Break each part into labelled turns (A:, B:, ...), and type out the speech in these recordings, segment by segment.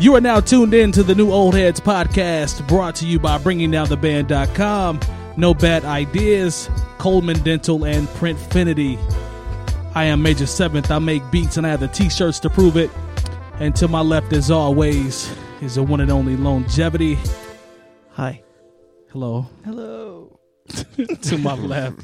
A: You are now tuned in to the new Old Heads podcast brought to you by BringingDownTheBand.com, No Bad Ideas, Coleman Dental, and Printfinity. I am Major 7th. I make beats and I have the t shirts to prove it. And to my left, as always, is the one and only Longevity.
B: Hi.
A: Hello.
B: Hello.
A: to my left,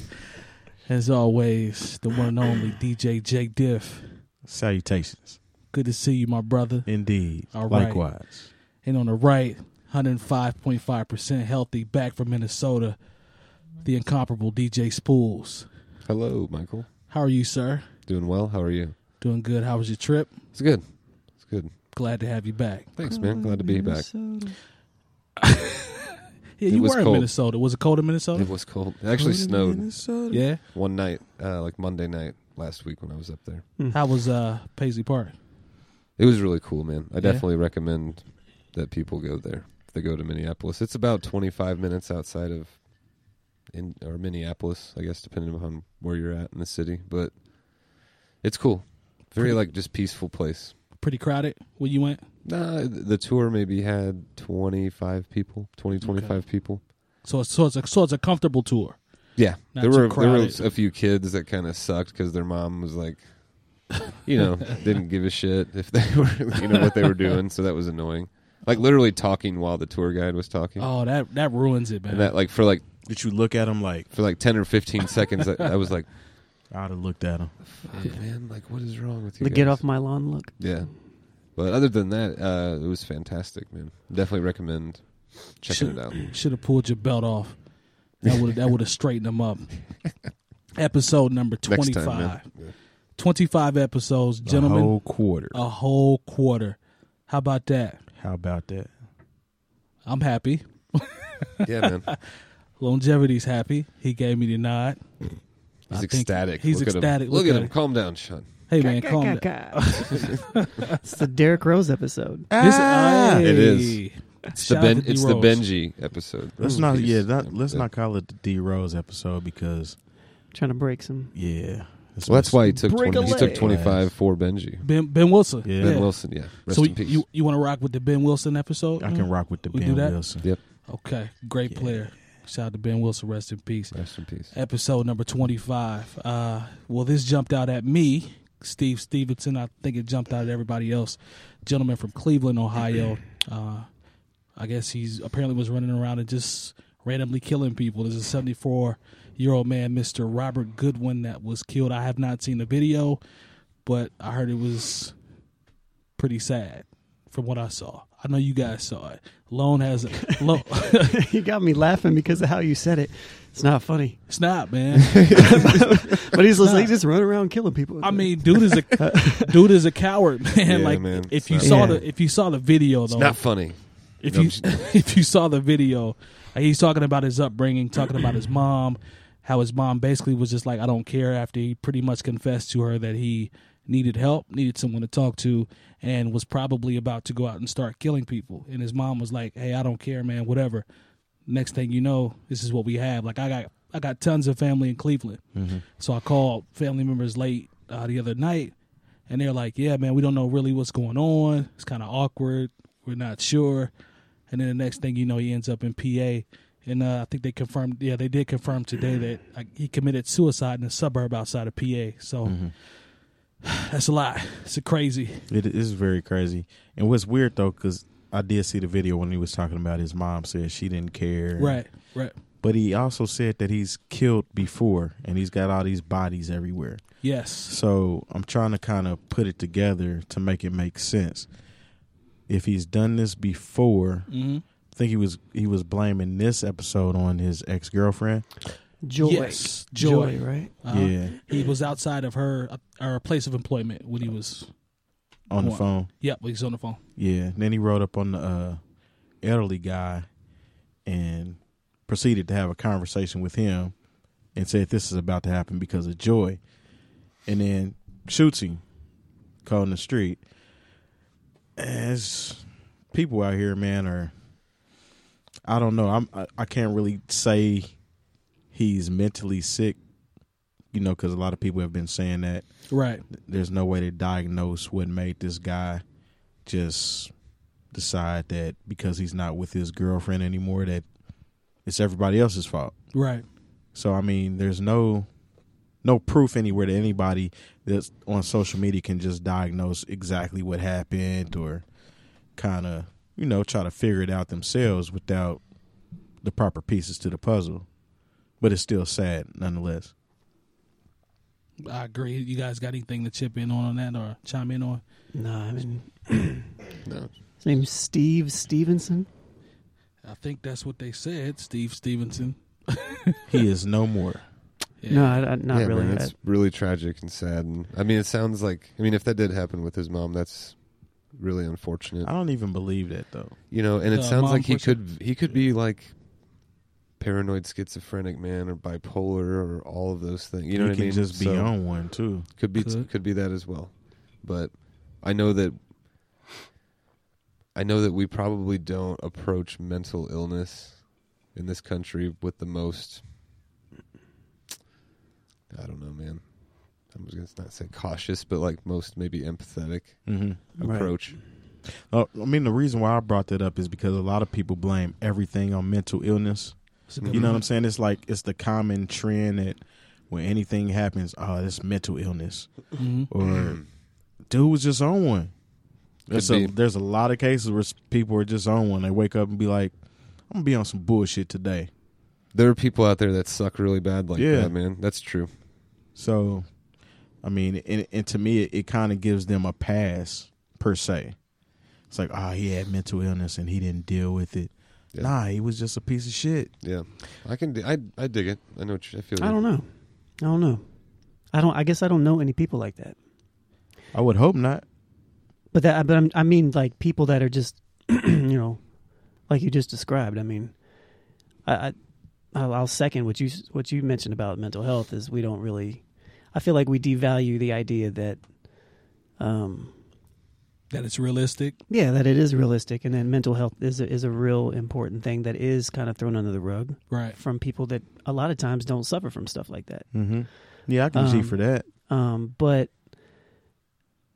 A: as always, the one and only DJ J Diff.
C: Salutations.
A: Good to see you, my brother.
C: Indeed.
A: All right.
C: Likewise.
A: And on the right, 105.5% healthy, back from Minnesota, the incomparable DJ Spools.
D: Hello, Michael.
A: How are you, sir?
D: Doing well? How are you?
A: Doing good. How was your trip?
D: It's good. It's good.
A: Glad to have you back.
D: Thanks, man. Glad to be back.
A: Yeah,
D: It
A: you
D: was
A: were in
D: cold.
A: Minnesota. Was it cold in
D: It
A: Minnesota?
D: was cold. It actually snowed
A: Yeah.
D: one night, uh, like Monday night last week when I was up there.
A: How was uh Paisley Park?
D: It was really cool, man. I definitely recommend that people go there. If they go to Minneapolis, it's about 25 minutes outside of in or Minneapolis, I guess, depending upon where you're at in the city. But it's cool. Very like just peaceful place.
A: Pretty crowded when you went.
D: Nah, th- the tour maybe had 25 people, 20, 25 people.
A: So it's so it's a so it's a comfortable tour.
D: Yeah,
A: Not
D: there
A: too
D: were there were
A: crowded.
D: a few kids that kind of sucked because their mom was like, you know, didn't give a shit if they were you know what they were doing, so that was annoying. Like literally talking while the tour guide was talking,
A: Oh, that that ruins it, man.
D: and that like for like
C: Did you look at him like
D: for like ten or fifteen seconds, I, I was like,
C: I'd have looked at him?
D: Fuck, man, like what is wrong with you?
B: The get
D: guys?"
B: off my lawn look.
D: Yeah, but other than that, uh, it was fantastic, man. Definitely recommend checking it out.
A: Should have pulled your belt off. That would that would have straightened them up. Episode number
D: Next
A: twenty
D: time, man.
A: five. Twenty five episodes,
C: The
A: gentlemen. uh,
C: whole quarter.
A: a whole quarter. How about that?
C: How about that?
A: I'm happy.
D: Yeah, man,
A: Longevity's happy. He gave me the nod. I
D: he's
A: think
D: ecstatic.
A: He's
D: Look At
A: ecstatic.
D: him. Look, at him.
A: it.
D: Calm down, Sean.
A: Hey man, calm down.
B: It's the Derrick Rose episode.
A: This,
C: Ah!
D: It
A: Hey.
D: is. It's the
A: Shout out
D: Ben.
A: to D
D: It's the
A: Rose.
D: Benji episode.
C: Let's
D: Ooh,
C: not
D: peace.
C: yeah, not, let's
D: Yeah.
C: not call it the D Rose episode because
B: Trying to break some.
C: yeah. This
D: Well, that's
C: was-
D: why he took
B: Break a
D: 20, he took
B: leg.
D: twenty five for Benji.
A: Ben Ben Wilson.
C: Yeah.
D: Ben Wilson, yeah. Rest
A: So
D: in peace.
A: you you want to rock with the Ben Wilson episode?
C: I can rock with the
A: Mm-hmm. We
C: Ben
A: do that?
C: Wilson.
D: yep.
A: Okay, great player. Shout out to Ben Wilson. Rest in peace.
D: Rest in peace.
A: Episode number twenty five. Uh, well, this jumped out at me, Steve Stevenson. I think it jumped out at everybody else. Gentleman from Cleveland, Ohio. Uh, I guess he's apparently was running around and just randomly killing people. There's a 74 year old man, Mr. Robert Goodwin, that was killed. I have not seen the video, but I heard it was pretty sad from what I saw. I know you guys saw it. Lone has a Lone,
B: you got me laughing because of how you said it. It's not funny.
A: it's not man.
B: But he's just, like, just running around killing people.
A: I mean, dude is a dude is a coward, man.
D: Yeah,
A: like
D: man.
A: if
D: It's
A: you
D: not
A: saw
B: funny.
A: the if you saw the video though,
D: It's not funny.
A: if
D: No,
A: you
D: I'm just-
A: if you saw the video, like, he's talking about his upbringing, talking about his mom, how his mom basically was just like, "I don't care." After he pretty much confessed to her that he needed help, needed someone to talk to, and was probably about to go out and start killing people, and his mom was like, "Hey, I don't care, man. Whatever." Next thing you know, this is what we have. Like I got I got tons of family in Cleveland, so I called family members late uh, the other night and they're like, "Yeah, man, we don't know really what's going on. It's kind of awkward. We're not sure." And then the next thing you know, he ends up in PA, and uh, I think they confirmed. Yeah, they did confirm today that uh, he committed suicide in a suburb outside of PA. So that's a lot. It's a crazy.
C: It is very crazy. And what's weird though, because I did see the video when he was talking about his mom said she didn't care.
A: Right. Right.
C: But he also said that he's killed before and he's got all these bodies everywhere.
A: Yes.
C: So I'm trying to kind of put it together to make it make sense. If he's done this before,
A: Mm-hmm.
C: I think he was he was blaming this episode on his ex girlfriend.
B: joy.
A: Yes, joy.
B: right?
A: Uh-huh.
C: yeah,
A: Uh, He was outside of her uh, her place of employment when he was.
C: on the
A: Wow.
C: phone.
A: Yep, he's on the phone.
C: Yeah. And then he rode up on the uh, elderly guy and proceeded to have a conversation with him and said this is about to happen because of joy. And then shoots him caught in the street. As people out here, man, are I don't know. I'm I, I can't really say he's mentally sick, you know, because a lot of people have been saying that
A: Right.
C: there's no way to diagnose what made this guy just decide that because he's not with his girlfriend anymore that it's everybody else's fault.
A: Right.
C: So I mean, there's no no proof anywhere that anybody that's on social media can just diagnose exactly what happened or kind of you know try to figure it out themselves without the proper pieces to the puzzle. But it's still sad nonetheless.
A: I agree. You guys got anything to chip in on on that or chime in on?
B: No, I mean,
D: No.
B: his name's Steve Stevenson.
A: I think that's what they said, Steve Stevenson.
C: He is no more.
A: Yeah.
B: No, I, I, not
D: yeah,
B: really.
D: Man,
B: I-
D: it's really tragic and sad. And I mean, it sounds like I mean, if that did happen with his mom, that's really unfortunate.
C: I don't even believe that though.
D: You know, and it
A: The
D: sounds
A: mom
D: like he
A: pusher?
D: could he could be like paranoid schizophrenic man or bipolar or all of those things. You know
C: you
D: what
C: can
D: I mean?
C: just be
D: So-
C: on one too.
D: Could be
A: Could.
D: could. be that as well. But I know that I know that we probably don't approach mental illness in this country with the most I don't know, man. I was gonna not say cautious, but like most maybe empathetic
C: Mm-hmm.
B: Right.
D: approach.
C: Uh, I mean, the reason why I brought that up is because a lot of people blame everything on mental illness.
A: It's a
D: You
A: good
C: You know what I'm
A: one.
C: saying? It's like it's the common trend that when anything happens, oh, it's mental illness,
A: Mhm.
C: or dude was just on one.
D: Mm. Could
C: It's a,
D: be.
C: there's a lot of cases where s- people are just on one. They wake up and be like, "I'm gonna be on some bullshit today."
D: There are people out there that suck really bad like
C: Yeah.
D: that, man. That's true.
C: So, I mean, and, and to me, it, it kind of gives them a pass per se. It's like, oh, he had mental illness and he didn't deal with it.
D: Yeah.
C: Nah, he was just a piece of shit.
D: Yeah, I can. d- I I dig it. I know. What you, I feel.
B: I
D: you.
B: don't know. I don't know. I don't. I guess I don't know any people like that.
C: I would hope not.
B: But that. But I'm, I mean, like people that are just, you know, like you just described. I mean, I, I I'll I'll second what you s- what you mentioned about mental health is we don't really. I feel like we devalue the idea that, um,
A: That it's realistic.
B: yeah, that it is realistic, and that mental health is a, is a real important thing that is kind of thrown under the rug
A: Right.
B: from people that a lot of times don't suffer from stuff like that.
C: Mm-hmm. Yeah, I can see
B: Um,
C: for that.
B: um, but
C: I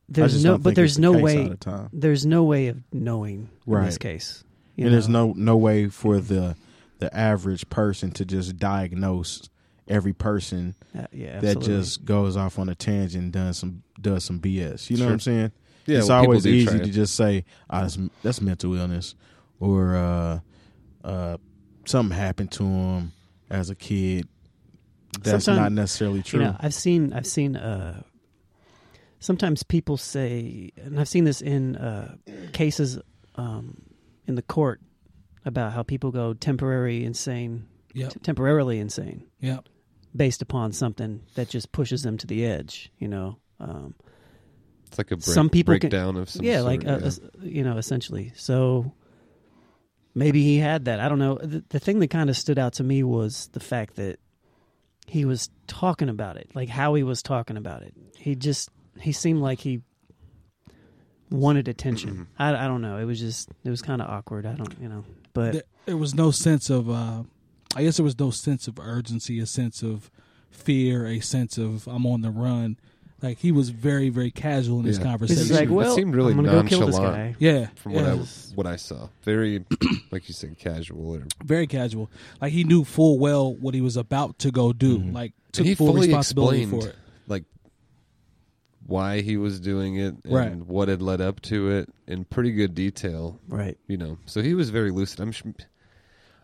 B: there's
C: just
B: no
C: don't
B: but
C: think it's
B: there's
C: the
B: no
C: case all
B: way
C: the time.
B: there's no way of knowing in this
C: Right.
B: case you
C: And there's
B: know?
C: no no way for the the average person to just diagnose every person
B: Uh, yeah
C: that
B: absolutely.
C: just goes off on a tangent and does some does some BS. You know
D: Sure.
C: what I'm saying?
D: Yeah,
C: it's
D: well, people
C: always
D: do
C: easy
D: try
C: to
D: it.
C: just say, oh, that's, that's mental illness, or uh, uh, something happened to him as a kid. That's
B: Sometime-
C: not necessarily
B: you
C: true.
B: know I've seen I've seen uh sometimes people say and I've seen this in uh cases um in the court about how people go temporary insane
A: Yep.
B: temporarily insane
A: Yep.
B: based upon something that just pushes them to the edge you know um
D: It's like a break,
B: Some people can-
D: breakdown of some.
B: yeah,
D: sort,
B: like uh, es- you know, essentially. So maybe he had that. I don't know. The, the thing that kind of stood out to me was the fact that he was talking about it, like how he was talking about it. He just he seemed like he wanted
D: Mm-hmm.
B: attention. I, I don't know. It was just it was kind of awkward. I don't you know, but
A: There, there was no sense of. Uh, I guess there was no sense of urgency, a sense of fear, a sense of I'm on the run. Like he was very, very casual in his
D: Yeah.
B: it's
A: conversation.
B: just like
D: It
B: well,
D: seemed really
B: I'm gonna go kill this guy.
D: nonchalant.
A: yeah.
D: from what
A: yeah.
D: I what I saw. Very, like you said, casual. Or,
A: very casual. Like he knew full well what he was about to go do. Like took
D: Mm-hmm. And he
A: full
D: fully
A: responsibility
D: explained
A: for it.
D: like why he was doing it and
A: Right.
D: what had led up to it in pretty good detail.
B: Right.
D: You know, so he was very lucid. I'm, sh-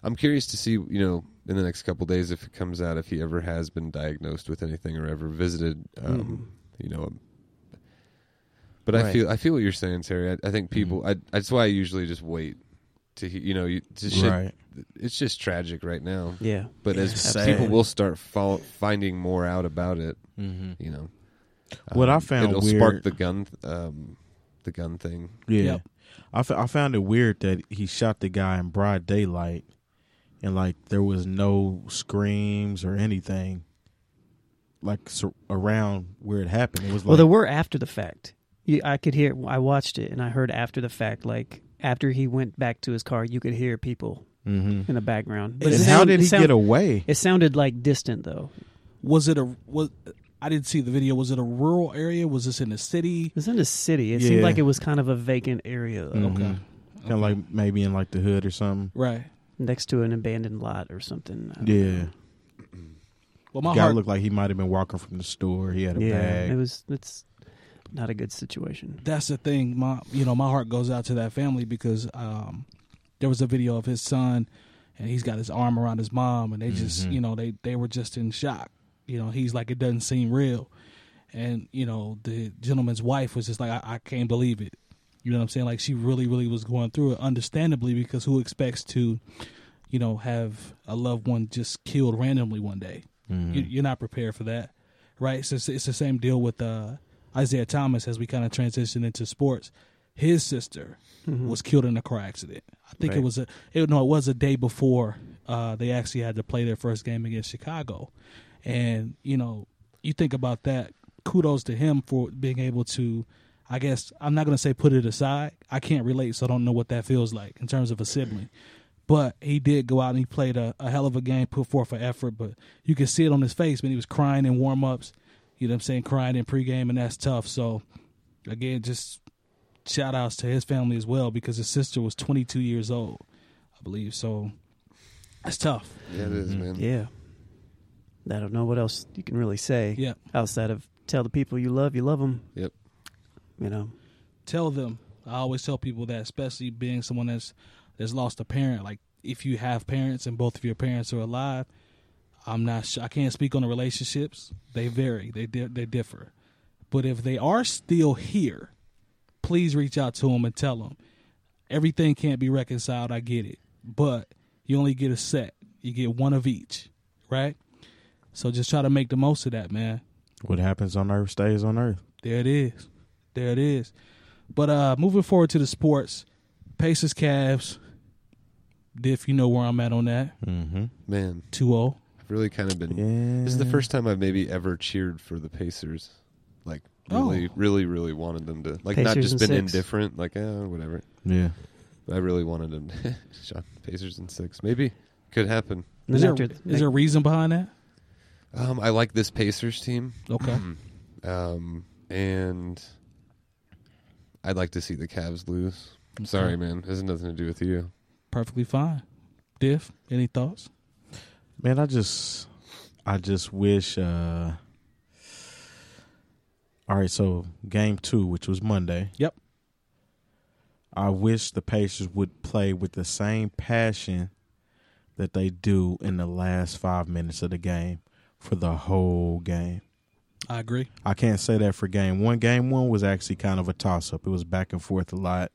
D: I'm curious to see you know in the next couple days if it comes out if he ever has been diagnosed with anything or ever visited.
A: Mm-hmm.
D: Um, You know. but I
C: Right.
D: feel I feel what you're saying, Terry. I, I think people. I, that's why I usually just wait to he- you know you, to shit,
C: Right.
D: It's just tragic right now.
B: Yeah.
D: But as
C: Sad.
D: people will start fol- finding more out about it,
C: Mm-hmm.
D: you know,
C: What I
D: um,
C: found
D: it'll
C: weird-
D: spark the gun, um, the gun thing.
C: Yeah.
A: Yep.
C: I, f- I found it weird that he shot the guy in broad daylight and like there was no screams or anything like sur- around where it happened. It was like
B: Well, there were after the fact. You, I could hear. I watched it, and I heard after the fact, like after he went back to his car, you could hear people
C: Mhm.
B: in the background.
A: But
C: And
A: it
C: how
B: sound-
C: did he
B: sound-
C: get away?
B: It sounded like distant though.
A: Was it a was I didn't see the video. Was it a rural area? Was this in a city?
B: It was in the city. It
C: Yeah.
B: seemed like it was kind of a vacant area. Though.
C: Mhm. Kind of like maybe in like the hood or something.
A: Right.
B: next to an abandoned lot or something. I don't
C: Yeah.
B: know.
A: Well, my
C: Guy
A: heart.
C: looked like he might have been walking from the store. He had a
B: yeah.
C: bag.
B: It was. It's not a good situation.
A: that's the thing. My you know my heart goes out to that family because um, there was a video of his son, and he's got his arm around his mom, and they just
C: Mhm.
A: you know they they were just in shock. You know he's like it doesn't seem real, and you know the gentleman's wife was just like I, I can't believe it. You know what I'm saying? Like she really really was going through it, understandably because who expects to, you know, have a loved one just killed randomly one day
C: Mhm.
A: you, you're not prepared for that, right? So it's, it's the same deal with uh, Isaiah Thomas as we kind of transition into sports. His sister was killed in a car accident. I think it
C: Right.
A: was a it, no, it was a day before uh, they actually had to play their first game against Chicago, and you know you think about that. Kudos to him for being able to. I guess I'm not gonna say put it aside. I can't relate, so I don't know what that feels like in terms of a sibling. But he did go out and he played a, a hell of a game, put forth an effort. But you could see it on his face, man. He was crying in warm ups. You know what I'm saying? Crying in pregame, and that's tough. So, again, just shout outs to his family as well because his sister was 22 years old, I believe. So, that's tough.
D: Yeah, it is, man.
B: Mm-hmm. Yeah. I don't know what else you can really say
A: Yeah.
B: outside of tell the people you love you love them.
D: Yep.
B: You know.
A: Tell them. I always tell people that, especially being someone that's that's lost a parent. Like, if you have parents and both of your parents are alive, I'm not. Sure, I can't speak on the relationships. They vary. They di- they differ. But if they are still here, please reach out to them and tell them everything can't be reconciled. I get it, but you only get a set. You get one of each, right? So just try to make the most of that, man.
C: What happens on Earth stays on Earth.
A: There it is. There it is. But uh moving forward to the sports, Pacers Cavs. Diff, you know where I'm at on that.
D: Hmm.
A: oh.
C: Mm-hmm.
D: Man,
A: 2-0.
D: I've really kind of been.
C: Yeah.
D: This is the first time I've maybe ever cheered for the Pacers. Like
A: Oh.
D: really, really, really wanted them to. Like not
B: Pacers
D: just
B: and
D: been
B: six.
D: indifferent. Like eh, whatever.
C: Yeah.
D: I really wanted them. Shot Pacers and six. Maybe could happen.
B: And
A: Is
B: then
A: there,
B: after-
A: is there a reason behind that?
D: Um, I like this Pacers team.
A: Okay.
D: Um, and I'd like to see the Cavs lose. Sorry, man. It has nothing to do with you.
A: Perfectly fine. Diff, any thoughts?
C: Man, I just I just wish uh All right, so game 2, which was Monday.
A: Yep.
C: I wish the Pacers would play with the same passion that they do in the last 5 minutes of the game for the whole game.
A: I agree.
C: I can't say that for game 1. Game 1 was actually kind of a toss up. It was back and forth a lot.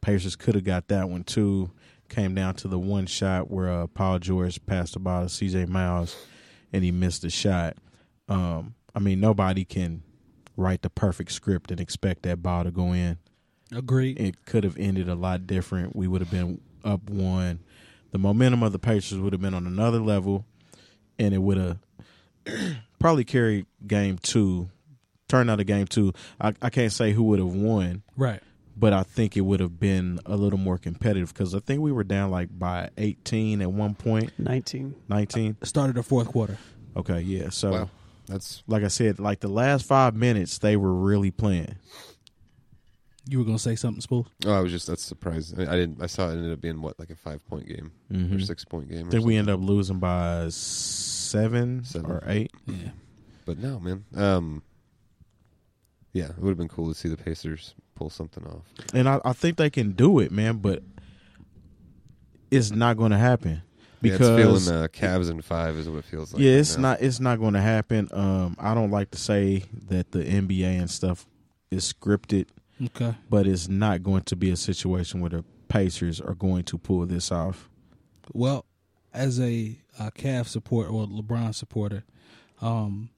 C: Pacers could have got that one too. Came down to the one shot where uh, Paul George passed the ball to C.J. Miles, and he missed the shot. Um, I mean, nobody can write the perfect script and expect that ball to go in.
A: Agreed.
C: It could have ended a lot different. We would have been up one. The momentum of the Pacers would have been on another level, and it would have probably carried game two. Turned out a game two. I, I can't say who would have won
A: Right.
C: but I think it would have been a little more competitive because I think we were down like by 18 at one point,
B: 19.
C: 19.
A: Started the fourth quarter.
C: Okay, yeah. So,
D: Wow, that's
C: like I said, like the last five minutes, they were really playing.
A: You were gonna say something, Spool?
D: Oh, I was just that's surprised. I, I didn't. I saw it ended up being what like a five point game or
C: Mhm.
D: six point game.
C: I
D: Or
C: think
D: something.
C: we end up losing by seven,
D: Seven.
C: or eight.
A: Yeah.
D: but no, man. Um, yeah, it would have been cool to see the Pacers pull something off.
C: And I, I think they can do it, man, but it's not going to happen. Because
D: yeah, it's feeling the Cavs and five is what it feels like.
C: yeah,
D: right
C: it's
D: now.
C: not it's not going to happen. Um, I don't like to say that the NBA and stuff is scripted.
A: Okay.
C: but it's not going to be a situation where the Pacers are going to pull this off.
A: Well, as a, uh Cavs supporter or LeBron supporter, um,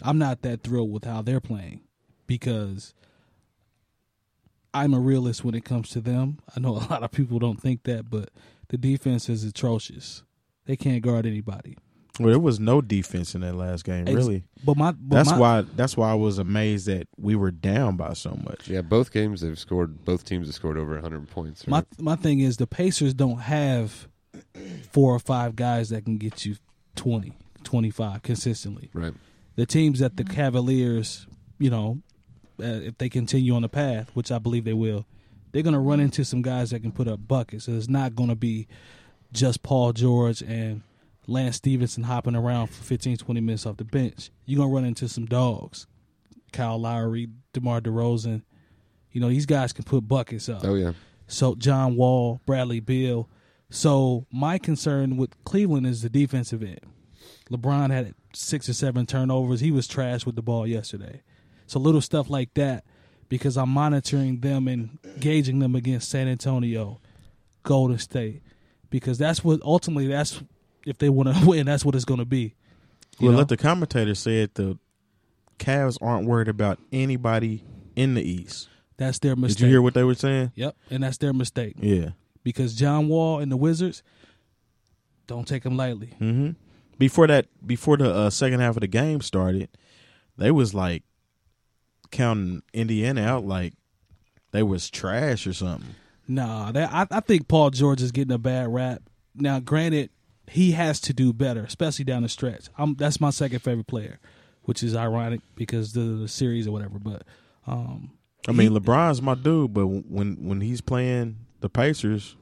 A: I'm not that thrilled with how they're playing because I'm a realist when it comes to them. I know a lot of people don't think that, but the defense is atrocious. They can't guard anybody.
C: Well, there was no defense in that last game,
A: Ex-
C: really.
A: But my but
C: That's
A: my-
C: why that's why I was amazed that we were down by so much.
D: Yeah, both games they've scored. Both teams have scored over hundred points.
A: My
D: right?
A: my thing is the Pacers don't have four or five guys that can get you 20, 25 consistently.
D: right.
A: the teams that the Cavaliers, you know, uh, if they continue on the path, which I believe they will, they're gonna run into some guys that can put up buckets. So it's not gonna be just Paul George and Lance Stevenson hopping around for 15, 20 minutes off the bench. You're gonna run into some dogs. Kyle Lowry, DeMar DeRozan. You know, these guys can put buckets up.
D: Oh yeah.
A: So John Wall, Bradley Bill. So my concern with Cleveland is the defensive end. LeBron had six or seven turnovers. He was trash with the ball yesterday. So little stuff like that, because I'm monitoring them and gauging them against San Antonio, Golden State, because that's what ultimately that's if they want to win, that's what it's going to be. You
C: well,
A: know?
C: let the commentator said the Cavs aren't worried about anybody in the East.
A: that's their
C: Did
A: mistake.
C: you hear what they were saying?
A: yep, and that's their mistake
C: Yeah.
A: because John Wall and the Wizards don't take them lightly.
C: hmm Before that, before the uh, second half of the game started, they was like counting Indiana out like they was trash or something.
A: Nah, that I, I think Paul George is getting a bad rap. Now, granted, he has to do better, especially down the stretch. I'm, that's my second favorite player, which is ironic because the, the series or whatever. But um,
C: I mean, LeBron's my dude, but when when he's playing the Pacers,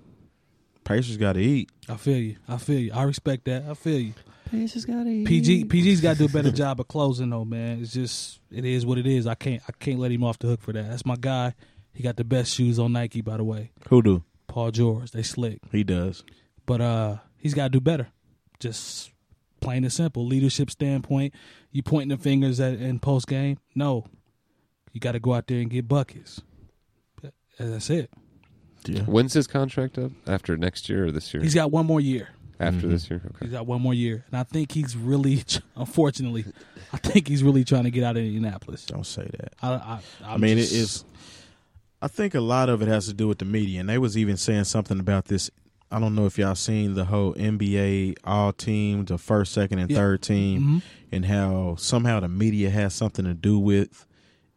C: Pacers got to eat.
A: I feel you. I feel you. I respect that. I feel you.
B: Pace has got to
A: PG PG's got to do a better job of closing though, man. It's just it is what it is. I can't I can't let him off the hook for that. That's my guy. He got the best shoes on Nike, by the way.
C: Who do
A: Paul George, they slick.
C: he does?
A: but uh he's got to do better just plain and simple leadership standpoint you pointing the fingers at in post game no you got to go out there and get buckets And that's it
C: Yeah.
D: When's his contract up? After next year or this year?
A: he's got one more year
D: After
C: Mhm.
D: this year.
A: he's
D: Okay.
A: got one more year and i think he's really unfortunately i think he's really trying to get out of indianapolis
C: Don't say that.
A: i i, I'm
C: i mean,
A: just-
C: it is. I think a lot of it has to do with the media, and they was even saying something about this. I don't know if y'all seen the whole NBA all team, the first, second, and
A: Yeah.
C: third team,
A: Mhm.
C: and how somehow the media has something to do with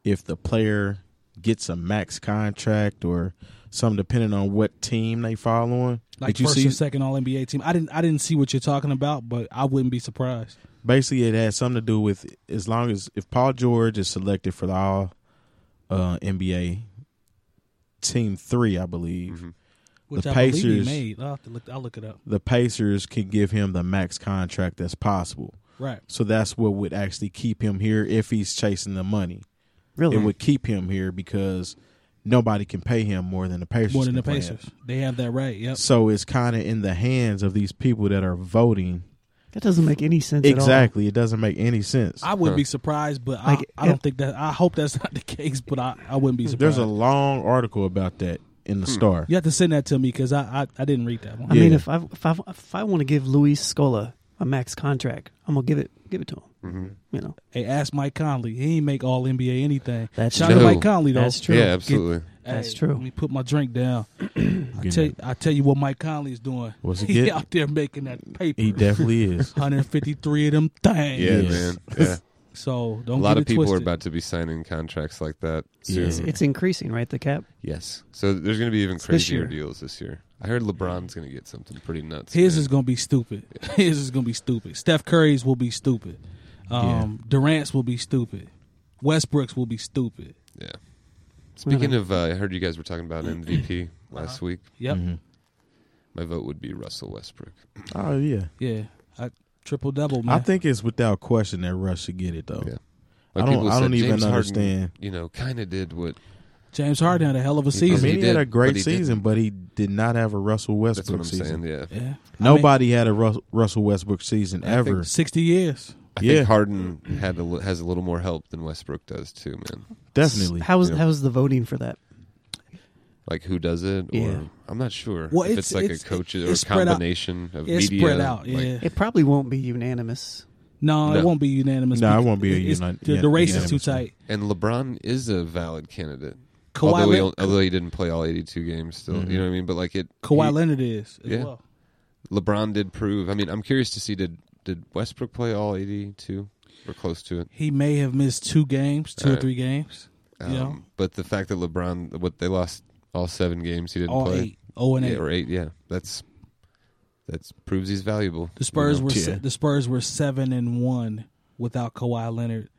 C: if the player gets a max contract or something, depending on what team they fall on.
A: like
C: Did you
A: first
C: see?
A: and second all nba team i didn't i didn't see what you're talking about but i wouldn't be surprised
C: basically it has something to do with as long as if Paul George is selected for the all uh, NBA team three, I believe,
A: Mm-hmm.
D: Mhm.
A: which
C: The
A: i believe
C: Pacers-
A: he made i'll have to look i'll look it up
C: the Pacers can give him the max contract that's possible.
A: right
C: So that's what would actually keep him here if he's chasing the money.
B: really
C: It would keep him here because nobody can pay him more than the Pacers.
A: more than the
C: can pay him.
A: pacers they have that right yep
C: So it's kind of in the hands of these people that are voting.
B: that doesn't make any sense at all.
C: exactly, it doesn't make any sense.
A: I wouldn't be surprised, but
B: Like,
A: I, I don't think that. I hope that's not the case, but I, I wouldn't be surprised.
C: There's a long article about that in
D: Hmm.
C: the Star.
A: you have to send that to me because I, I I didn't read that
B: I
A: one.
C: Yeah.
B: mean, if I if I, if I want to give Luis Scola a max contract, I'm gonna give it give it to him.
D: hmm
B: You know,
A: Hey, ask Mike Conley. He ain't make All NBA anything.
B: that's
A: Shout out
D: true.
A: to
D: No.
A: Mike Conley though.
B: That's true.
D: Yeah, absolutely.
B: That's
A: Hey,
B: true.
A: Let me put my drink down. I tell you, I tell you what Mike Conley's doing.
C: What's he
A: He
C: getting?
A: out there making that paper.
C: He definitely is.
A: 153 of them things.
D: Yeah,
C: Yes.
D: man. Yeah.
A: So
D: A
A: don't.
D: lot
A: get
D: of
A: it
D: people are
A: twisted.
D: about to be signing contracts like that soon.
B: It's, it's increasing, right? The cap.
D: Yes. So there's going to be even
B: this
D: crazier
B: year.
D: deals this year. I heard LeBron's going to get something pretty nuts.
A: His
D: man.
A: is gonna be stupid. His is gonna be stupid. Steph Curry's will be stupid. Um, Durant's will be stupid. Westbrook's will be stupid.
D: Yeah. Speaking of, uh, I heard you guys were talking about MVP last week.
A: Yep.
D: Mm-hmm. My vote would be Russell Westbrook.
C: Oh yeah,
A: Yeah. I, triple double.
C: I
A: Man.
C: think it's without question that Russ should get it though.
D: Yeah.
C: Oh. I don't-
D: people
C: I don't even
D: James Harden,
C: understand.
D: you know, kind of did what.
A: James Harden had a hell of a
D: I mean,
C: I
A: season.
C: mean,
D: he
C: he, had
D: did,
C: a great
D: but he
C: season, but he did not have a Russell
D: That's
C: Westbrook
D: what I'm
C: season.
D: saying. Yeah.
A: yeah. I mean,
C: Nobody had a Rus- Russell Westbrook season
D: I
C: ever.
A: Sixty years.
D: I
C: Yeah.
D: think Harden had a, li- has a little more help than Westbrook does too, man.
C: Definitely.
B: How's
D: Yeah.
B: how's the voting for that?
D: Like who does it? Or
B: Yeah.
D: I'm not sure.
A: Well,
D: if
A: it's-
D: it's, like
A: it's-
D: a coach or a
A: it's spread out.
D: combination of
A: It's
D: media.
A: spread out. Yeah.
D: like-
B: It probably won't be unanimous.
A: no, it
D: No.
A: won't be unanimous.
C: No, it
A: because
C: won't be a
A: it's-
C: uni-
A: the,
C: yeah,
A: the race is
C: unanimous
A: too
C: one.
A: tight.
D: and LeBron is a valid candidate.
A: Kawhi,
D: although, he,
A: Leonard- Mm-hmm.
D: don't- although he didn't play all 82 games still. You know what I mean? But like it.
A: Kawhi
D: he-
A: Leonard is as
D: Yeah.
A: well.
D: LeBron did prove. I mean, I'm curious to see did did Westbrook play all 82 or close to it?
A: He may have missed two games, two or
D: Alright.
A: three games.
D: Um,
A: Yeah.
D: But the fact that LeBron, what they lost all seven games, he didn't
A: All
D: play.
A: eight. Oh and
D: yeah,
A: eight.
D: or eight. Yeah, that's that's proves he's valuable.
A: The Spurs
D: you know?
A: were se-
C: Yeah.
A: the Spurs were seven and one without Kawhi Leonard.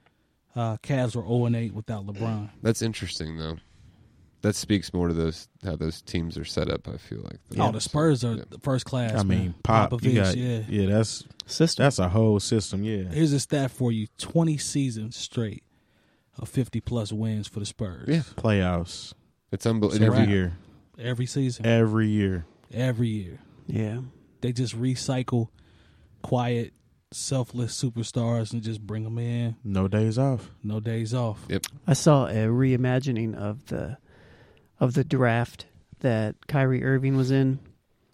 A: Uh, Cavs were zero and eight oh without LeBron.
D: That's interesting though. that speaks more to those how those teams are set up. I feel like.
A: oh, the Spurs are
D: Yeah.
A: the first class.
C: I mean,
A: man.
C: Pop, you
A: Popovich,
C: got,
A: yeah.
C: yeah. that's
B: Sister.
C: that's a whole system, yeah.
A: Here's a stat for you: twenty seasons straight of fifty plus wins for the Spurs.
D: Yeah.
C: Playoffs
D: It's unbelievable.
C: every
A: wrap.
C: year,
A: every season,
C: every year.
A: every year.
B: Yeah.
A: They just recycle quiet, selfless superstars and just bring them in.
C: No days off.
A: No days off.
B: I saw a reimagining of the of the draft that Kyrie Irving was in.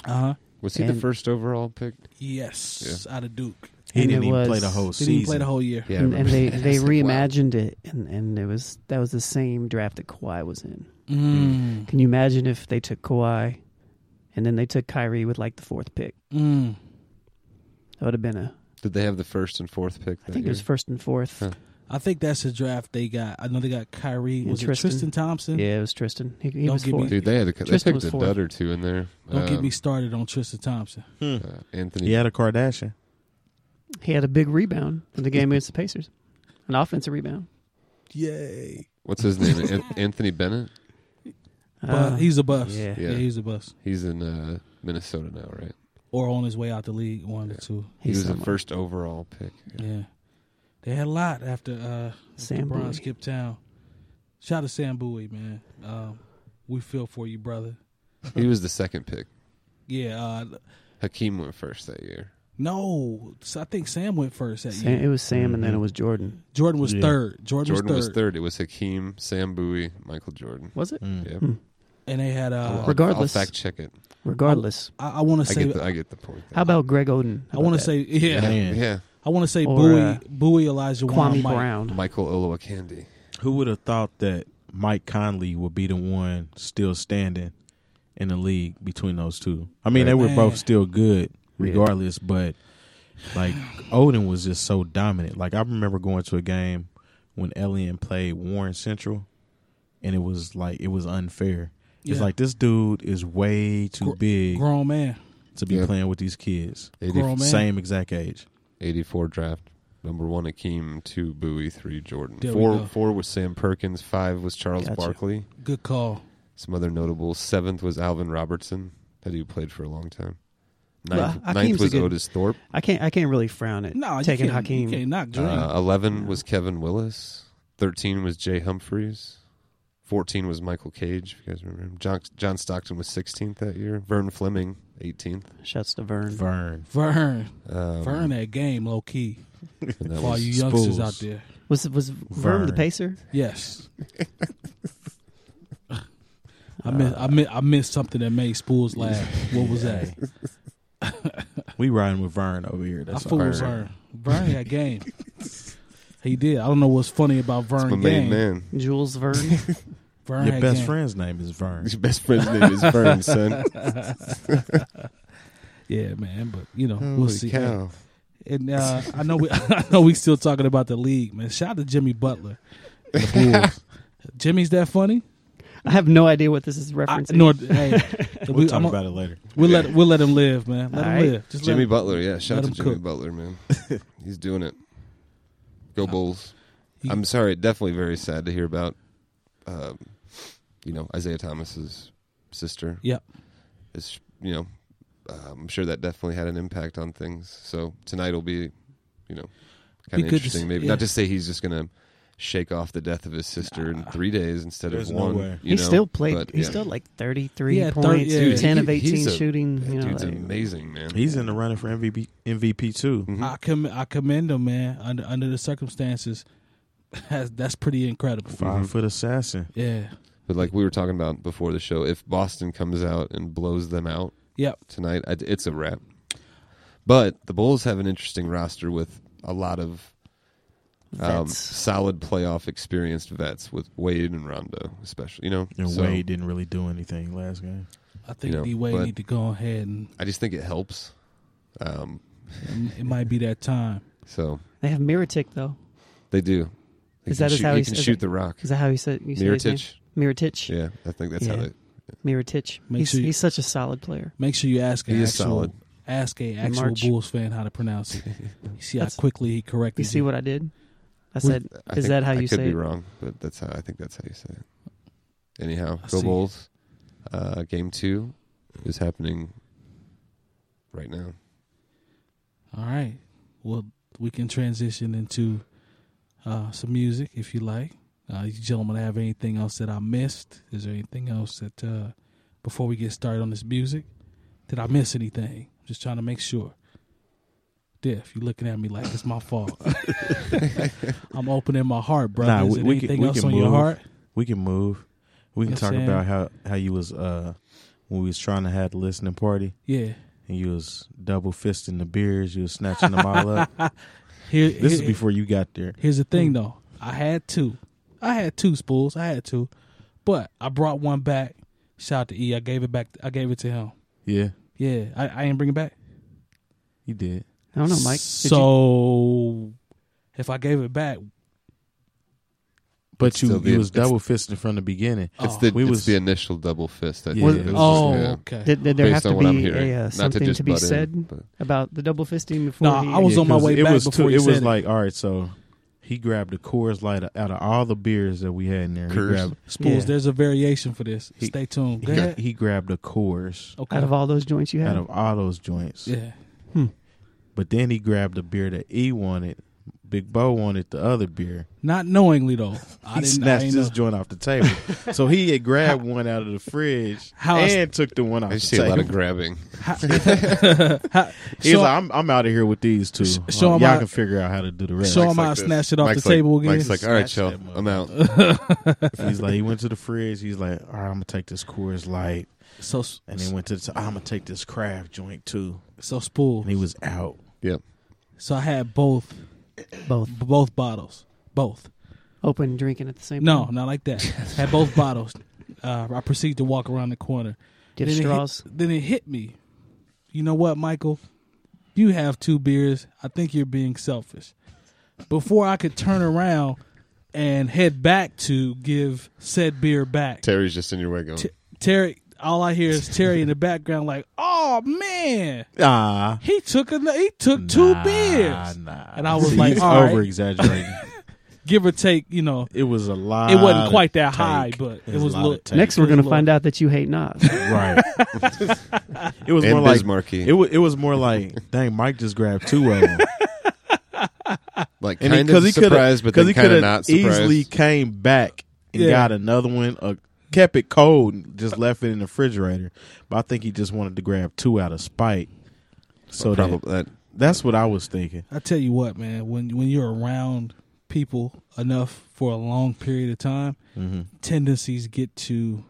A: Uh huh.
D: Was he the
B: And-
D: first overall pick?
A: Yes, out of Duke.
C: He
B: And
C: didn't
B: it
C: even
B: was-
C: play the whole
A: They
C: season.
A: didn't play the whole year.
D: Yeah, I
B: and, and
D: remember
B: they,
D: that. I
B: they
D: was like, wow.
B: reimagined it and, and it was that was the same draft that Kawhi was in.
A: Mm.
B: Can you imagine if they took Kawhi and then they took Kyrie with like the fourth pick?
A: Mm.
B: That would have been a
D: Did they have the first and fourth pick?
B: I
D: that
B: think it
D: year?
B: was first and fourth.
D: Huh.
A: I think that's the draft they got. I know they got Kyrie.
B: And
A: Was it
B: Tristan.
A: Tristan Thompson?
B: Yeah, it was Tristan. He, he
A: Don't
B: was
A: give me-
B: fourth.
D: Dude, they had a, they
B: Tristan
D: picked
B: was
D: a
B: fourth.
D: dud or two in there.
A: Don't get
D: Um,
A: me started on Tristan Thompson.
C: Hmm.
D: uh, Anthony.
C: He had a Kardashian.
B: He had a big rebound in the game against the Pacers. An offensive rebound.
A: Yay!
D: What's his name? An- Anthony Bennett.
A: But
B: Uh,
A: he's a bust.
B: yeah.
A: Yeah.
D: Yeah.
A: he's a bust.
D: He's in uh, Minnesota now, right?
A: Or on his way out the league, one or
D: Yeah.
A: two.
D: He
B: he's
D: was the
B: somewhere.
D: first overall pick.
A: Yeah. They had a lot after uh after
B: Sam
A: Bron
B: Bowie.
A: skipped town. Shout out to Sam Bowie, man. Um, we feel for you, brother.
D: He was the second pick.
A: Yeah, uh
D: Hakeem went first that year.
A: no. so I think Sam went first that
B: Sam,
A: year.
B: it was Sam
D: Mm-hmm.
B: and then it was Jordan.
A: Jordan was
C: Yeah.
A: third. Jordan,
D: Jordan
A: was
D: was
A: third.
D: third. It was Hakeem, Sam Bowie, Michael Jordan.
B: Was it?
C: Mm.
D: Yeah.
B: Hmm.
A: And they had
D: I'll-
A: uh
D: I'll-
B: Regardless-
D: I'll fact check it.
B: Regardless.
A: I, I wanna
D: I
A: say
D: get the, I get the point. there.
B: How about Greg Oden? How
A: I wanna
B: about
A: say yeah.
C: Yeah.
D: yeah. yeah.
A: I wanna say
B: Or,
A: Bowie
B: uh,
A: Bowie Elijah
B: that? Kwame
A: Mike.
B: Brown.
D: Michael Oloa Candy.
C: Who would have thought that Mike Conley would be the one still standing in the league between those two? I mean, they were
A: Man.
C: both still good
B: Yeah.
C: regardless, but like Odin was just so dominant. Like I remember going to a game when Elian played Warren Central and it was like it was unfair. It's
A: Yeah.
C: like this dude is way too
A: Gr-
C: big
A: grown man.
C: to be
D: Yeah.
C: playing with these kids.
D: 80,
A: Grown man.
C: Same exact age.
D: 84 draft. Number one, Hakeem. Two, Bowie. Three, Jordan.
A: There we go.
D: Four, four was Sam Perkins. Five was Charles
B: Gotcha.
D: Barkley.
A: Good call.
D: Some other notables. Seventh was Alvin Robertson, that he played for a long time. Ninth,
B: Well, Hakeem's
D: ninth
B: a
D: was
B: good-
D: Otis Thorpe.
B: I can't I can't really frown at
A: No,
B: taking
A: you can't,
B: Hakeem.
A: You can't knock Dream.
D: Uh, 11 was Kevin Willis. 13 was Jay Humphreys. 14 was Michael Cage, if you guys remember him. John, John Stockton was 16th that year. Vern Fleming, 18th.
B: Shouts to Vern.
C: Vern.
A: Vern.
D: Um,
A: Vern that game low key.
D: and that
A: For all
D: was-
A: you youngsters
C: Spools.
A: out there.
B: Was was Vern the
C: Vern.
B: pacer?
A: Yes. I miss
B: Uh,
A: I miss I missed something that made Spools laugh. What was that?
C: we riding with Vern over here.
A: I
C: That's
A: fool with
C: Vern.
A: Vern. Vern had game. He did. I don't know what's funny about
D: that's
A: Vern
D: my
A: game.
D: main man.
B: Jules Vern.
A: Vern
C: Your
A: had
C: best
A: game.
C: friend's name is Vern.
D: His best friend's name is Vern, son.
A: Yeah, man. But you know, we'll
D: Holy
A: see.
D: cow.
A: And uh, I know we I know we still talking about the league, man. Shout out to Jimmy Butler. The Bulls. Jimmy's that funny?
B: I have no idea what this is
A: I,
B: referencing.
A: nor, hey,
C: We'll
A: we,
C: talk
A: I'm a-
C: about it later.
A: we'll let we'll let him live, man. Let
B: All
A: him
B: right.
A: live. Just let
D: Jimmy
A: him-
D: Butler, yeah. Shout
A: let
D: out to
A: him
D: Jimmy
A: cook.
D: Butler, man. He's doing it. Go Bulls.
A: he-
D: I'm sorry. Definitely very sad to hear about, um, you know, Isaiah Thomas's sister.
A: Yep.
D: It's, you know, uh, I'm sure that definitely had an impact on things. So tonight will be, you know,
A: Be
D: kind
A: good
D: of
A: to
D: interesting.
A: see-
D: Maybe
A: yeah.
D: not to say he's just going to shake off the death of his sister in three days instead
C: There's
D: of
C: no
D: one.
C: way.
D: you
B: he
D: know,
B: still played.
D: but,
B: He's
D: yeah.
B: still like thirty three
A: Yeah, thir-
B: points,
A: yeah.
B: ten
D: He-
B: of eighteen
D: he's a-
B: shooting.
D: That
B: you know, uh,
D: dude's
B: like-
D: amazing, man.
C: He's in the running for MVP. MVP too.
D: Mhm.
A: I com- I commend him, man. Under under the circumstances, that's, that's pretty incredible. Mm-hmm.
C: 5 foot assassin.
A: Yeah.
D: But like we were talking about before the show, if Boston comes out and blows them out
A: Yep.
D: tonight, I, it's a wrap. But the Bulls have an interesting roster with a lot of um,
B: Vets.
D: solid playoff experienced vets with Wade and Rondo, especially. You know,
C: And
D: So,
C: Wade didn't really do anything last game.
A: I think
D: You know,
A: D Wade
D: but-
A: need to go ahead and
D: I just think it helps. Um,
A: and it might be that time.
D: so
B: They have Miritic though.
D: they do. They
B: Is
D: can
B: that is
D: shoot,
B: how
D: he
B: he's-
D: can
B: is
D: shoot
B: it-
D: the rock?
B: Is that how he said? You said his name?
D: Miritich,
B: Miritic.
D: yeah, I think that's how
B: Yeah.
D: they.
B: Miritic.
A: Make
B: He's,
A: sure you-
B: he's such a solid player.
A: Make sure you ask an
D: He is
A: actual
D: solid.
A: ask a actual
B: March.
A: Bulls fan how to pronounce it. You see how
B: That's-
A: quickly he corrected.
B: You see what I did? I
A: We-
B: said
D: I
B: Is
D: think
B: that how
D: I
B: you
D: could
B: say
D: be
B: it?
D: wrong, but that's how I think that's how you say it. Anyhow,
A: I
D: go
A: see.
D: Bulls. Uh, game two is happening right now.
A: All right. Well, we can transition into uh, some music if you like. Uh, you gentlemen have anything else that I missed? Is there anything else that uh, before we get started on this music, did I miss anything? Just trying to make sure. Diff, you looking at me like it's my fault. I'm opening my heart, brother.
C: Nah,
A: Is
C: we-
A: there
C: we can-
A: anything
C: we
A: else
C: can
A: on your
C: move.
A: heart?
C: We can move. We can
A: Yes,
C: talk
A: Sam.
C: about how how you was uh when we was trying to have the listening party
A: Yeah.
C: and you was double fisting the beers, you was snatching them all up.
A: Here,
C: This is
A: here-
C: before you got there.
A: Here's the
B: Hmm.
A: thing though. I had two. I had two spools. I had two. But I brought one back. Shout out to E. I gave it back I gave it to him.
C: Yeah,
A: Yeah. I, I didn't bring it back.
C: you did.
B: I don't know, Oh, Mike. Did you-
A: So if I gave it back,
C: But
D: It's
C: you
D: still the-
C: you was
D: it's-
C: double fisting from the beginning.
A: oh,
D: It's the
C: We
D: it's
C: was-
D: the initial double fist. I think.
C: Yeah.
D: It was-
A: oh
D: yeah.
A: okay.
B: did, did there
D: Based
B: have
D: on
B: to
D: what I'm
B: be
D: hearing.
B: a, uh,
D: Not
B: something to,
D: just
B: be
D: butt in,
B: said
D: but-
B: about the double fisting before?
A: No,
B: he,
A: I was
C: Yeah,
A: on my
C: 'cause
A: way
C: it
A: back
C: was
A: before
C: two,
A: you
C: it was
A: said it.
C: like all right, so he grabbed the Coors Light out of all the beers that we had in there. He
D: Coors?
C: grabbed,
A: Spools,
B: Yeah.
A: there's a variation for this.
C: He-
A: Stay tuned. Go
C: he,
A: ahead.
C: he grabbed a Coors
A: Okay.
B: out of all those joints you had.
C: out of all those joints.
A: yeah.
C: But then he grabbed the beer that E wanted. Big Bo wanted the other beer.
A: Not knowingly though. I
C: he
A: didn't, I
C: snatched
A: didn't
C: this
A: know.
C: joint off the table. so he had grabbed one out of the fridge
A: How I s-
C: and took the one off
D: I
C: the
D: see a lot
C: table.
D: of grabbing.
A: Ha-
C: He's
A: so-
C: like, I'm, I'm out of here with these two.
A: Sh-
C: Like,
A: show him
C: y'all
A: I-
C: can figure out how to do the rest.
A: show
D: Mike's
A: him I
D: this.
A: snatched it off
D: Mike's
A: the
D: like-
A: table again.
D: Mike's like, all right,
C: Snatch
D: y'all,
C: that
D: I'm out.
C: He's like, he went to the fridge. He's like, all right, I'm gonna take this Coors Light,
A: so
C: and he went to the. I'm gonna take this craft joint too,
A: so spool.
C: and he was out.
D: Yep.
A: So I had both
B: both
A: both bottles. Both.
B: open drinking at the same
A: No,
C: Mm.
B: time.
A: not like that. Had both bottles. Uh, I proceeded to walk around the corner.
B: Did
A: then,
B: straws?
A: It hit, then it hit me. You know what, Michael? You have two beers. I think you're being selfish. Before I could turn around and head back to give said beer back,
D: Terry's just in your way going.
A: T- Terry, all I hear is Terry in the background, like, "Oh man,
C: Ah,
A: he took a, he took two
C: nah,
A: beers,
C: nah.
A: And I was
C: See,
A: like,
C: he's
A: all right.
C: over exaggerating.
A: give or take, you know."
C: it was a lot.
A: It wasn't quite
C: of
A: that high,
C: take.
A: but it
C: a
A: was
C: lot of
A: lit-
C: take.
B: Next, we're going to find out that you hate Nas.
C: right. it was
D: And
C: more like
D: Bismarcky.
C: it was. It was more like, dang, Mike just grabbed two of them.
D: like
C: And
D: kind
C: because
D: of
C: he could
D: surprised, but then kind of not surprised.
C: easily came back and
A: Yeah.
C: got another one, uh, kept it cold, and just left it in the refrigerator. But I think he just wanted to grab two out of spite. So that-
D: Probably that.
C: that's what I was thinking.
A: I tell you what, man, when when you're around people enough for a long period of time,
D: Mm-hmm.
A: tendencies get to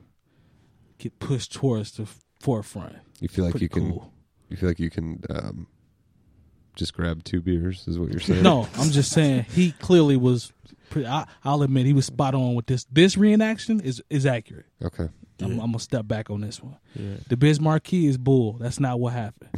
A: get pushed towards the forefront.
D: You feel like
A: Pretty
D: you can.
A: cool.
D: You feel like you can um, just grab two beers, is what you're saying.
A: No, I'm just saying he clearly was. Pretty, I, I'll admit he was spot on with this. This reenaction is is accurate.
D: Okay.
A: I'm, I'm gonna step back on this one. The Bismarcky is bull. That's not what happened.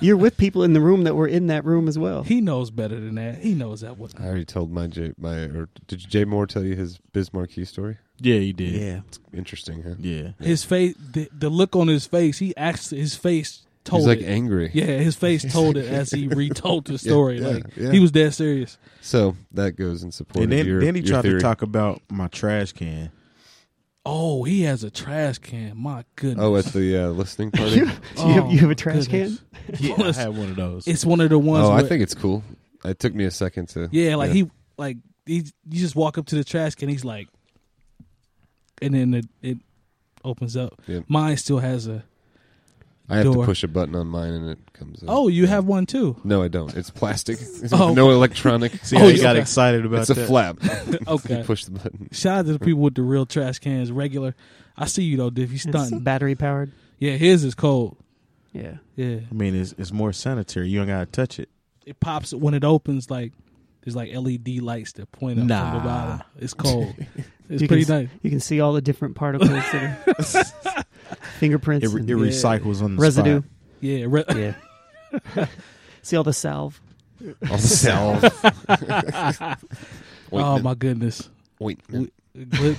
B: You're with people in the room that were in that room as well.
A: He knows better than that. He knows that what.
D: I already told my Jay. My or did Jay Moore tell you his Bismarcky story?
C: Yeah, he did.
D: Interesting, huh?
C: Yeah.
A: His face, the, the look on his face. He acts. His face told.
D: He's like
A: it.
D: angry.
A: Yeah, his face told it as he retold the story.
D: yeah,
A: like
D: yeah.
A: he was dead serious.
D: So that goes in support.
C: and then
D: of your,
C: then he
D: your
C: tried
D: theory.
C: to talk about my trash can.
A: Oh, he has a trash can. My goodness. Oh,
D: Oh, at the uh, listening party.
B: You, do you, have, you have a trash
A: goodness.
B: can?
C: Yeah, I had one of those.
A: It's one of the ones.
D: oh, I
A: where-
D: think it's cool. It took me a second to.
A: Yeah, like he like he. You just walk up to the trash can. He's like, and then it, it opens up.
D: Yeah.
A: Mine still has a.
D: I have
A: door.
D: to push a button on mine and it comes. Up.
A: Oh, you have one too.
D: No, I don't. It's plastic.
A: Oh.
D: no electronic.
C: See
A: Oh,
C: how he
A: yeah.
C: got excited about
D: it's a
C: that?
D: flap. you
A: Okay.
D: push the button.
A: Shout out to the people with the real trash cans, regular. I see you though, Diff. You
B: It's
A: stunting.
B: battery powered.
A: Yeah, his is cold.
B: Yeah.
A: Yeah,
C: I mean, it's it's more sanitary. You don't gotta touch it.
A: it pops when it opens. Like there's like LED lights that point up from
C: Nah.
A: the bottom. It's cold. It's
B: You can
A: pretty
B: s-
A: nice.
B: You can see all the different particles that are fingerprints,
C: It, re-
B: and
C: it recycles on the
B: residue.
C: spot.
A: Yeah, re-
B: Yeah. see all the salve.
D: On self.
A: oh my goodness.
D: Ointment.
A: Good,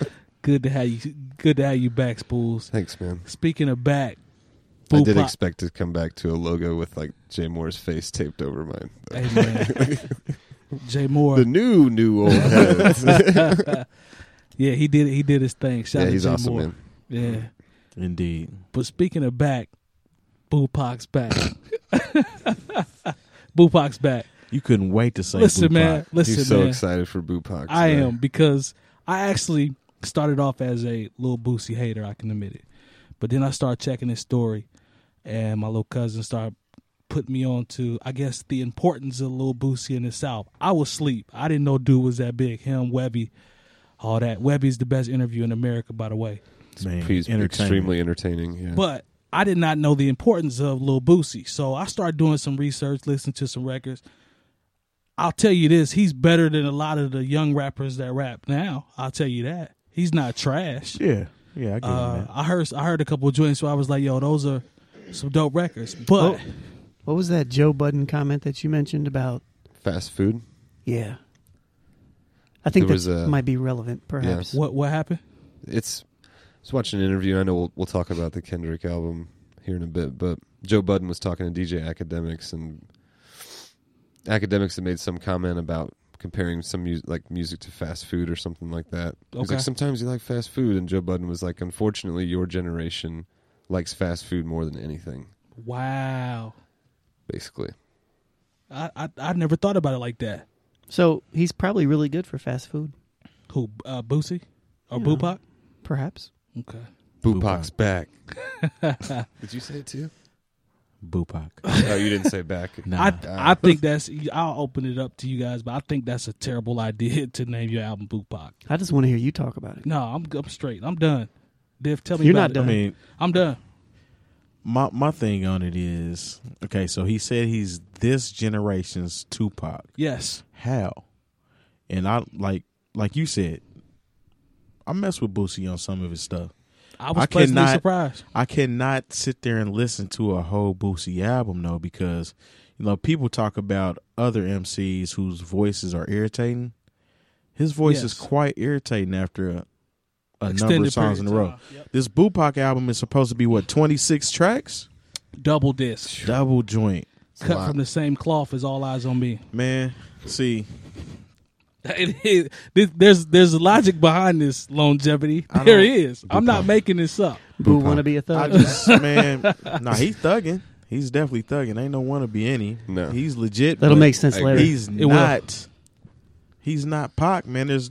A: good to have you. Good to have you back, Spools.
D: Thanks, man.
A: Speaking of back,
D: I did
A: Boop-a-
D: expect to come back to a logo with like Jay Moore's face taped over mine.
A: Hey, man. Jay Moore.
D: The new, new old heads.
A: Yeah, he did. He did his thing. Shout out
D: yeah,
A: to
D: he's
A: Jim
D: awesome,
A: Moore.
D: man.
A: Yeah.
C: Indeed.
A: But speaking of back, Bupac's back. Bupac's back.
C: You couldn't wait to say
A: Listen,
C: Blue
A: man.
C: Pot.
A: Listen,
D: he's so
A: man.
D: excited for Bupac.
A: I am because I actually started off as a little Boosie hater. I can admit it, but then I started checking his story, and my little cousin started putting me on to I guess the importance of Lil Boosie in the South. I was asleep. I didn't know dude was that big. Him, Webby, all that. Webby's the best interview in America, by the way.
C: Man,
D: He's
C: entertainment.
D: extremely entertaining. Yeah.
A: But I did not know the importance of Lil Boosie. So I started doing some research, listening to some records. I'll tell you this, he's better than a lot of the young rappers that rap now. I'll tell you that. He's not trash.
C: Yeah. Yeah, I get
A: Uh,
C: that.
A: I heard I heard a couple of joints where I was like, yo, those are some dope records. But
B: Oh. What was that Joe Budden comment that you mentioned about?
D: Fast food.
B: Yeah, I think
D: There
B: that
D: was a-
B: might be relevant, perhaps.
A: what what happened?
D: It's. I was watching an interview. and I know we'll, we'll talk about the Kendrick album here in a bit, but Joe Budden was talking to DJ Academics and Academics had made some comment about comparing some mu- like music to fast food or something like that. He was
A: Okay.
D: like sometimes you like fast food, and Joe Budden was like, unfortunately, your generation likes fast food more than anything,
A: Wow.
D: basically.
A: I, I I never thought about it like that.
B: So he's probably really good for fast food,
A: Who uh Boosie? Or
B: Yeah.
A: Bupac?
B: perhaps.
A: Okay.
D: Bupac's back. Did you say it too?
C: Bupac.
D: Oh, you didn't say back. Uh,
C: Nah.
A: I I think that's I'll open it up to you guys, but I think that's a terrible idea to name your album Bupac.
B: I just want to hear you talk about it.
A: No, I'm I'm straight. I'm done. Div, tell me
B: You're
A: about
B: not
A: it.
C: I
B: done.
C: mean,
A: I'm done.
C: my my thing on it is okay. So he said he's this generation's Tupac.
A: Yes.
C: How? And I like like you said, I mess with Boosie on some of his stuff.
A: I was
C: I
A: pleasantly
C: cannot-
A: surprised.
C: I cannot sit there and listen to a whole Boosie album though, because you know people talk about other MCs whose voices are irritating. His voice is
A: Yes.
C: quite irritating after a, a number
A: Extended
C: of songs in a
A: period of
C: row.
A: time. Yep.
C: This Bupac album is supposed to be what twenty six tracks,
A: Double disc.
C: double joint.
A: Cut
D: lot.
A: from the same cloth as All Eyes on Me.
C: Man, see,
A: It is- this- there's there's logic behind this longevity.
C: I
A: There
C: don't-
A: is. I'm not making this up.
B: Boo, want to be a
C: I
B: thug?
C: just man, nah, he's thugging. He's definitely thugging. Ain't no wanna be any.
D: No.
C: he's legit.
B: That'll
C: but
B: make sense
D: I
B: later.
D: agree.
C: He's
A: It will.
C: not. He's not Pac, man. There's.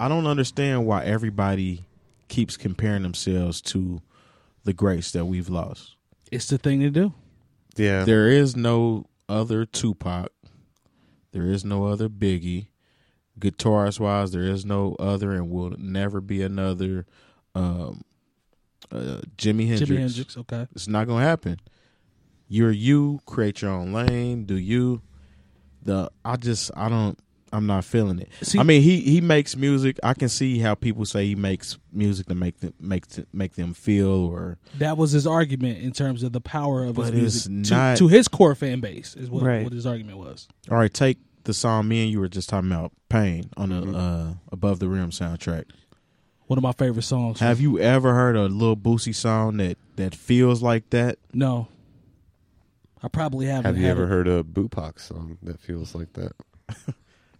C: I don't understand why everybody keeps comparing themselves to the greats that we've lost.
A: It's the thing to do.
D: Yeah.
C: There is no other Tupac. There is no other Biggie. Guitarist wise, there is no other, and will never be another. Um, uh, Jimi Hendrix.
A: Jimi Hendrix. Okay.
C: It's not gonna happen. You're you. Create your own lane. Do you? The I just I don't. I'm not feeling it.
A: See-
C: I mean, he he makes music. I can see how people say he makes music to make them make to make them feel or
A: That was his argument in terms of the power of his
C: But it's
A: music to-
C: not-
A: to, his core fan base is what,
B: Right.
A: what his argument was.
C: all right. Take the song me and you were just talking about pain on
A: Mm-hmm.
C: the uh, above the rim soundtrack.
A: One of my favorite songs.
C: Have you ever heard a little Boosie song that that feels like that?
A: No. I probably haven't.
D: Have you
A: had
D: ever
A: it.
D: heard a Bupac song that feels like that?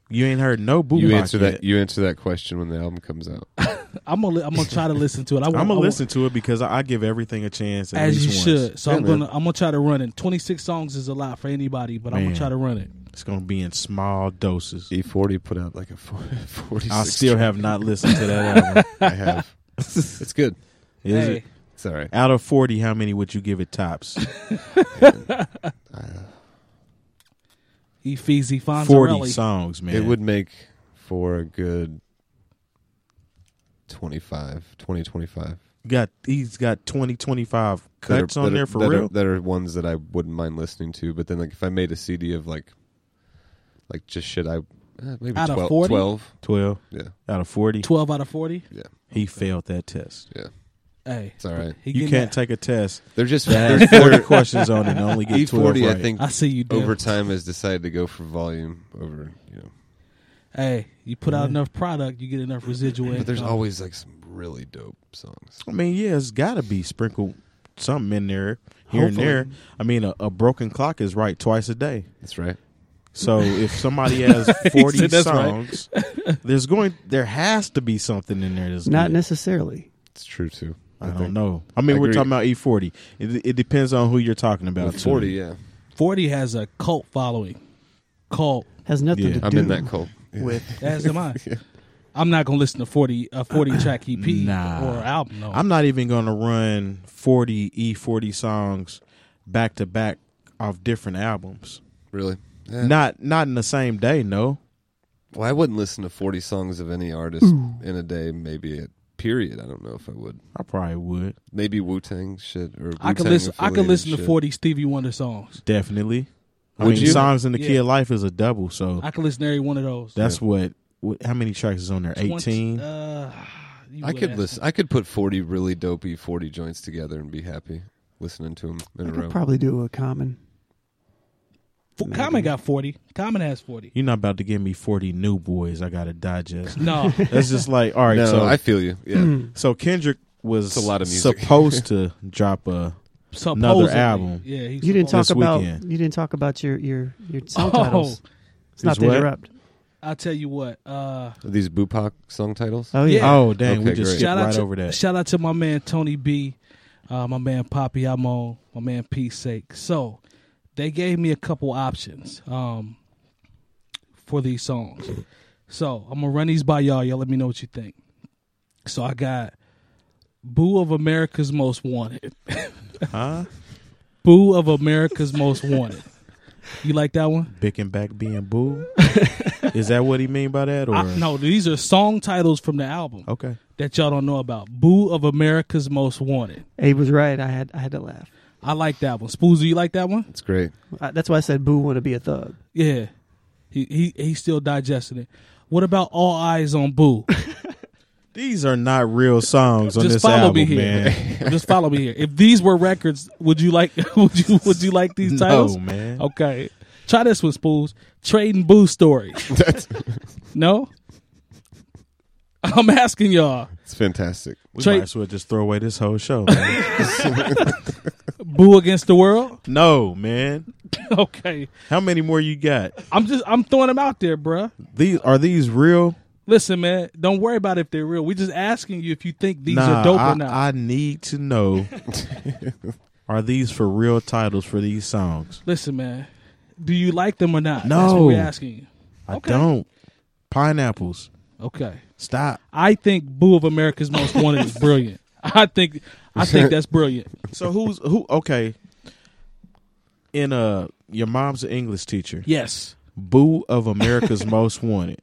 C: You ain't heard no Boosie.
D: you answer that. You answer that question when the album comes out.
A: I'm gonna li- I'm gonna try to listen to it. I
C: I'm
A: wa- I
C: gonna
A: wa-
C: listen to it because I, I give everything a chance. At
A: as you
C: least once.
A: should. So I'm gonna I'm gonna try to run it. 26 songs is a lot for anybody, but I'm
C: Man.
A: gonna try to run it.
C: It's gonna be in small doses.
D: E forty put out like a four- forty.
C: I still have not listened to that album.
D: I have. It's good.
C: Is
A: hey,
C: it?
D: It's all right.
C: Out of forty, how many would you give it tops?
A: Efeezy
C: Forty
A: E Fonzarelli.
C: songs, man.
D: It would make for a good 25, 20, 25.
C: got he's got 20, 25
D: That are-
C: cuts on
D: that are-
C: there for
D: that
C: real.
D: Are, that are ones that I wouldn't mind listening to. But then, like, if I made a CD of like, like just shit, I eh, maybe
A: Out of
D: 12,
A: 40?
D: 12.
C: Twelve
D: Yeah,
C: out of forty.
A: 12 out of 40.
D: yeah,
C: He failed that test.
D: yeah.
A: Hey,
D: It's all right.
A: he
C: You
A: getting
C: can't
A: that.
C: take a test
D: They're just
C: that
D: they're,
C: has forty questions on it and only
D: E
C: get twelve
D: forty.
C: right.
D: I think
A: I see you. Div.
D: over time has decided to go for volume over you know.
A: Hey, you put out enough product, you get enough residual.
D: But there's
A: income.
D: always like some really dope songs.
C: I mean, yeah, it's got to be sprinkled something in there here and
A: Hopefully.
C: there. I mean, a, a broken clock is right twice a day.
D: That's right.
C: So if somebody has forty
A: said that's right.
C: songs, there's going there has to be something in there that's
B: Not
C: good.
B: necessarily.
D: It's true too.
C: I
D: think.
C: don't know. I mean,
D: I
C: we're
D: agree.
C: talking about E forty. It, it depends on who you're talking about.
D: With
C: too.
D: Forty, yeah.
A: Forty has a cult following. Cult.
B: Has nothing
C: Yeah.
B: to
D: I'm
B: do
D: in that cult. Yeah.
B: with
A: As am I. I'm not gonna listen to forty a forty track EP
C: Nah.
A: or album. No,
C: I'm not even going to run 40 E40 songs back to back off different albums.
D: Really? Eh.
C: Not not in the same day, no.
D: Well, I wouldn't listen to 40 songs of any artist in a day, maybe a period. I don't know if I would.
C: I probably would.
D: Maybe Wu Tang shit or
A: I could
D: Wu-Tang
A: listen. I could
D: affiliated
A: listen to
D: shit.
A: forty Stevie Wonder songs.
C: Definitely. I
D: Would
C: mean,
D: you?
C: songs in the key
A: Yeah.
C: of life is a double, so
A: I could listen to every one of those.
C: that's what, what how many tracks is on there? 18.
A: Uh, you
D: I
A: would
D: could
A: ask
D: listen. I could put 40 really dopey 40 joints together and be happy listening to them in
B: I
D: a row.
B: could probably do a common.
A: F- Common got forty. Common has forty.
C: You're not about to give me 40 new boys I got to digest.
A: No,
C: that's just like, all right,
D: no,
C: so
D: I feel you. Yeah.
A: Hmm.
C: so Kendrick was
D: It's a lot of music.
C: supposed to drop a
A: supposedly.
C: album.
A: Yeah, he's
B: You didn't
A: supposed-
B: talk
C: This
B: about
C: weekend.
B: you didn't talk about your your your song
A: Oh.
B: titles. It's not
C: Is
B: to
C: what?
B: interrupt.
A: I'll tell you what. Uh,
D: Are these Bupac song titles?
B: Oh
A: Yeah.
B: yeah.
C: Oh, dang, we
D: Okay,
C: just
D: great.
C: skipped
A: shout out
C: right
A: to,
C: over that.
A: Shout out to my man Tony B, uh, my man Poppy I'm on, my man Peace Sake. So they gave me a couple options um, for these songs. So I'm gonna run these by y'all. Y'all let me know what you think. So I got Boo of America's Most Wanted.
C: Huh?
A: Boo of America's Most Wanted. You like that one?
C: Bick and back being boo. Is that what he mean by that? Or
A: I- no, these are song titles from the album
C: Okay.
A: that y'all don't know about. Boo of America's Most Wanted.
B: Abe Oh, was right. I had I had to laugh.
A: I like that one. Spoozy, you like that one?
D: It's great.
B: I, that's why I said Boo want to be a thug.
A: Yeah. He he he's still digesting it. What about all eyes on Boo?
C: These are not real songs on
A: Just
C: this
A: follow
C: album,
A: me here.
C: man.
A: Just follow me here. If these were records, would you like would you would you like these titles? Oh,
C: No, man.
A: Okay. Try this one, Spools. Trading Boo stories. no? I'm asking y'all.
D: It's fantastic.
C: We
A: Tra-
C: might as well just throw away this whole show. man.
A: Boo against the world?
C: no, man.
A: Okay.
C: How many more you got?
A: I'm just I'm throwing them out there, bruh.
C: These are these real?
A: Listen, man, don't worry about if they're real. We're just asking you if you think these
C: nah,
A: are dope
C: I,
A: or not.
C: I need to know. are these for real titles for these songs?
A: Listen, man, do you like them or not?
C: No.
A: That's what we're asking you.
C: I
A: Okay.
C: don't. Pineapples.
A: Okay.
C: Stop.
A: I think Boo of America's Most Wanted is brilliant. I think I think that's brilliant.
C: So who's who? Okay. In uh, your mom's an English teacher.
A: Yes.
C: Boo of America's Most Wanted.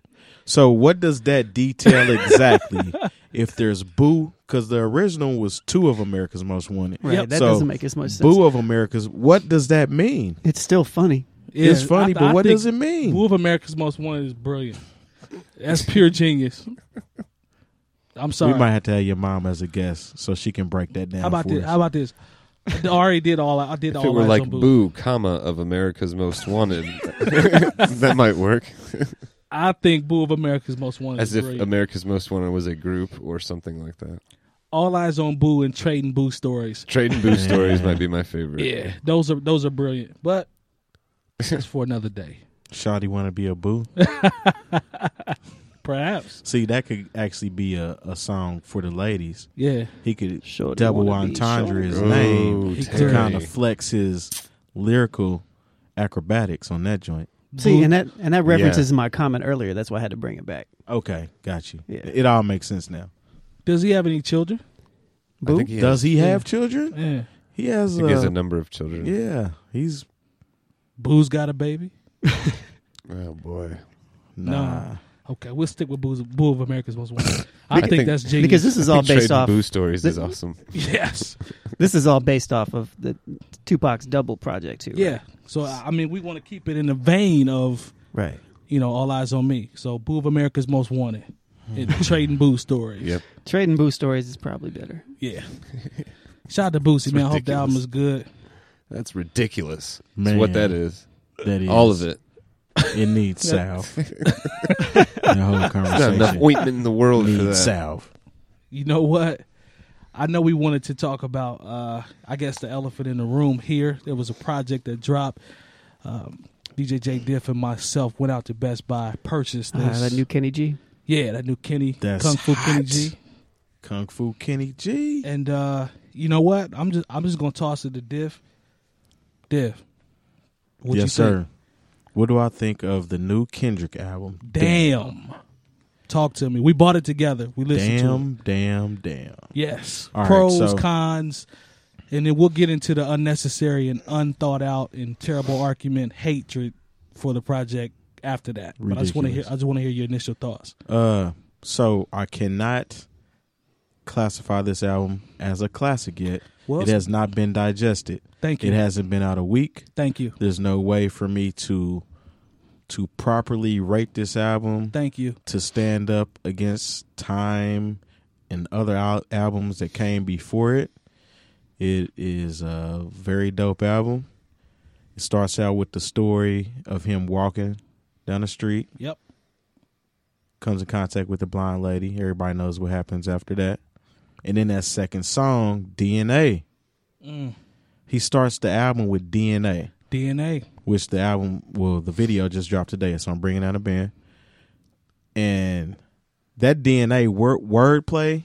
C: So what does that detail exactly? if there's Boo, because the original was two of America's Most Wanted.
B: Right.
A: Yep.
B: That
C: So,
B: doesn't make as much sense.
C: Boo of America's. What does that mean?
B: It's still funny.
A: Yeah,
C: it's funny,
A: I-
C: but
A: I
C: what
A: think
C: does it mean?
A: Boo of America's Most Wanted is brilliant. That's pure genius. I'm
C: we
A: sorry.
C: might have to have your mom as a guest so she can break that down.
A: How about
C: for
A: this?
C: us.
A: How about this? I already did all. I did
D: If
A: all.
D: it were
A: eyes
D: like
A: on Boo.
D: Boo, comma of America's Most Wanted, that might work.
A: I think Boo of America's Most Wanted
D: As
A: is
D: if
A: brilliant.
D: America's Most Wanted was a group or something like that.
A: all eyes on Boo and trading Boo stories.
D: Trading Boo stories might be my favorite.
A: Yeah, those are those are brilliant. But that's for another day,
C: Shawty want to be a Boo?
A: perhaps.
C: See, that could actually be a, a song for the ladies.
A: Yeah.
C: He could
B: Shorty
C: double
B: wanna be
C: entendre
B: shorty.
C: his
D: Ooh,
C: name
A: He
C: to
A: Terry.
C: kind of flex his lyrical acrobatics on that joint.
B: See,
A: Boo-
B: and that and that
C: Yeah.
B: references my comment earlier. That's why I had to bring it back.
C: Okay, got you.
B: Yeah.
C: It all makes sense now.
A: Does he have any children?
D: I
B: Boo.
D: think he
C: Does he have children?
A: Yeah.
C: He has.
D: Has, he has
C: uh,
D: a number of children.
C: yeah, he's
A: Boo's got a baby.
D: Oh boy.
C: nah.
A: Okay, we'll stick with Boo's, Boo of America's Most Wanted. I think,
D: think-
A: that's genius.
B: because this is all based
D: Trading
B: off
D: Boo stories
B: the-
D: is awesome.
A: yes,
B: this is all based off of the Tupac's double project too.
A: yeah. So I I mean, we want to keep it in the vein of
B: Right. right.
A: you know all eyes on me. So Boo of America's Most Wanted,
B: Hmm.
A: and trading Boo stories.
D: Yep.
B: Trading Boo stories is probably better.
A: Yeah. Shout out to Boosie, man. I hope the
D: ridiculous.
A: album is good.
D: That's ridiculous.
C: Man.
D: That's what that is.
C: That is
D: All of it.
C: It needs salve. the whole
D: Not enough
C: conversation
D: ointment in the world for
C: needs
D: that.
C: salve.
A: You know what? I know we wanted to talk about, uh, I guess, the elephant in the room here. There was a project that dropped. Um, DJ J Diff and myself went out to Best Buy, purchased
B: Ah,
A: this.
B: that new Kenny G.
A: yeah, that new Kenny
C: That's
A: Kung Fu Kenny
C: hot.
A: G.
C: Kung Fu Kenny G.
A: And uh, you know what? I'm just I'm just gonna toss it to Diff. Diff. What
C: yes, sir. What do I think of the new Kendrick album?
A: Damn. Talk to me. We bought it together. We listened to it.
C: Damn, damn, damn.
A: Yes.
C: All right,
A: Pros,
C: so-
A: cons, and then we'll get into the unnecessary and unthought out and terrible argument, hatred for the project after that. But I just want to hear.
C: Ridiculous.
A: I just want to hear your initial thoughts.
C: Uh, so I cannot classify this album as a classic yet.
A: Well,
C: it has not been digested.
A: thank you.
C: It hasn't been out a week.
A: thank you.
C: There's no way for me to to properly rate this album
A: Thank you.
C: to stand up against time and other al- albums that came before it. It is a very dope album. It starts out with the story of him walking down the street,
A: Yep.
C: comes in contact with the blind lady. Everybody knows what happens after that. And then that second song, DNA.
A: Mm.
C: He starts the album with DNA,
A: DNA.
C: which the album, well, the video just dropped today, so I'm bringing out a band. And that DNA word wordplay,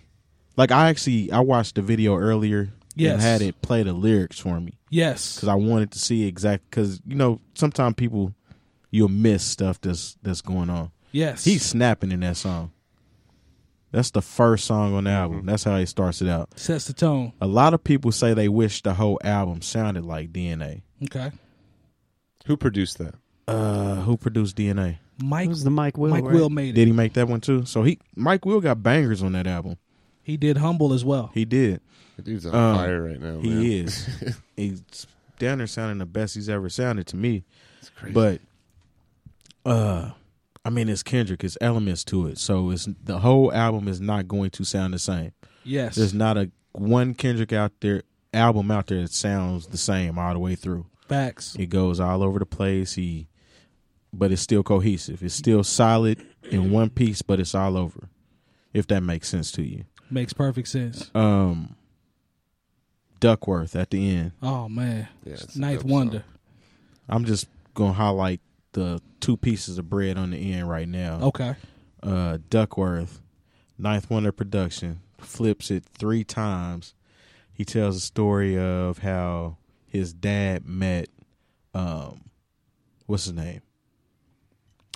C: like I actually I watched the video earlier
A: Yes.
C: and had it play the lyrics for me
A: Yes.
C: because I wanted to see exact because you know sometimes people you'll miss stuff that's that's going on.
A: Yes.
C: He's snapping in that song. That's the first song on the album. That's how he starts it out.
A: sets the tone.
C: A lot of people say they wish the whole album sounded like DNA.
A: Okay.
D: Who produced that?
C: Uh, who produced DNA?
B: It
A: Mike.
B: was the Mike Will.
A: Mike
B: right?
A: Will made it.
C: Did he make that one too? So he Mike Will got bangers on that album.
A: He did humble as well.
C: He did.
D: The dude's on
C: Um,
D: fire right now. man.
C: He is. He's down there sounding the best he's ever sounded to me.
D: It's crazy.
C: But uh I mean it's Kendrick, it's elements to it. So it's the whole album is not going to sound the same.
A: yes.
C: There's not a one Kendrick out there album out there that sounds the same all the way through.
A: Facts.
C: It goes all over the place. He but it's still cohesive. It's still solid in one piece, but it's all over. If that makes sense to you.
A: Makes perfect sense.
C: Um Duckworth at the end.
A: Oh man.
D: Yeah, it's a
A: Ninth
D: dope song.
A: wonder.
C: I'm just gonna highlight the two pieces of bread on the end right now.
A: Okay.
C: uh, Duckworth, Ninth Wonder Production, flips it three times. He tells a story of how his dad met, um, what's his name?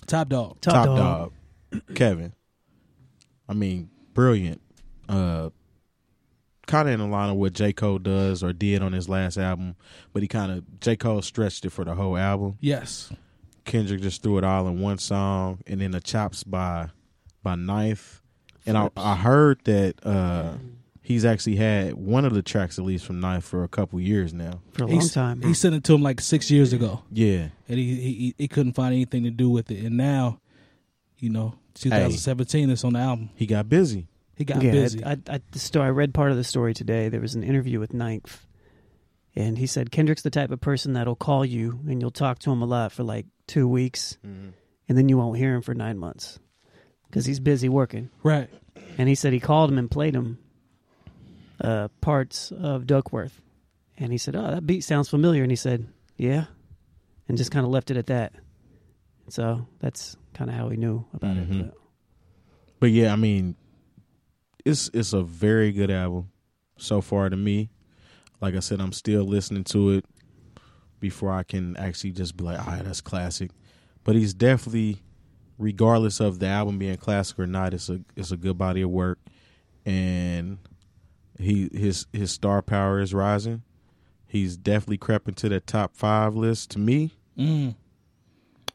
A: Top dog.
B: Top, Dog.
C: Dog, Kevin. I mean, brilliant. Uh, kind of in the line of what J. Cole does or did on his last album, but he kind of, J. Cole stretched it for the whole album.
A: Yes.
C: Kendrick just threw it all in one song, and then the chops by by Knife. And I, I heard that uh, he's actually had one of the tracks at least from Knife for a couple years now.
B: for a
A: He
B: long
A: s-
B: time.
A: He sent it to him like six years ago,
C: Yeah,
A: and he he, he- he couldn't find anything to do with it. And now, you know, 2017 it's on the album.
C: he got busy.
A: He got
B: yeah,
A: busy.
B: I, I, I, the story, I read part of the story today. There was an interview with Ninth, and he said Kendrick's the type of person that'll call you and you'll talk to him a lot for like two weeks, and then you won't hear him for nine months because he's busy working.
A: right.
B: And he said he called him and played him uh, parts of Duckworth, and he said, "Oh, that beat sounds familiar," and he said, "Yeah," and just kind of left it at that. So that's kind of how he knew about
C: Mhm.
B: it. But
C: But yeah, I mean, it's it's a very good album so far to me. Like I said, I'm still listening to it before I can actually just be like, "Ah, that's classic." But he's definitely, regardless of the album being classic or not, it's a it's a good body of work, and he his his star power is rising. He's definitely crept to the top five list to me.
A: Mm.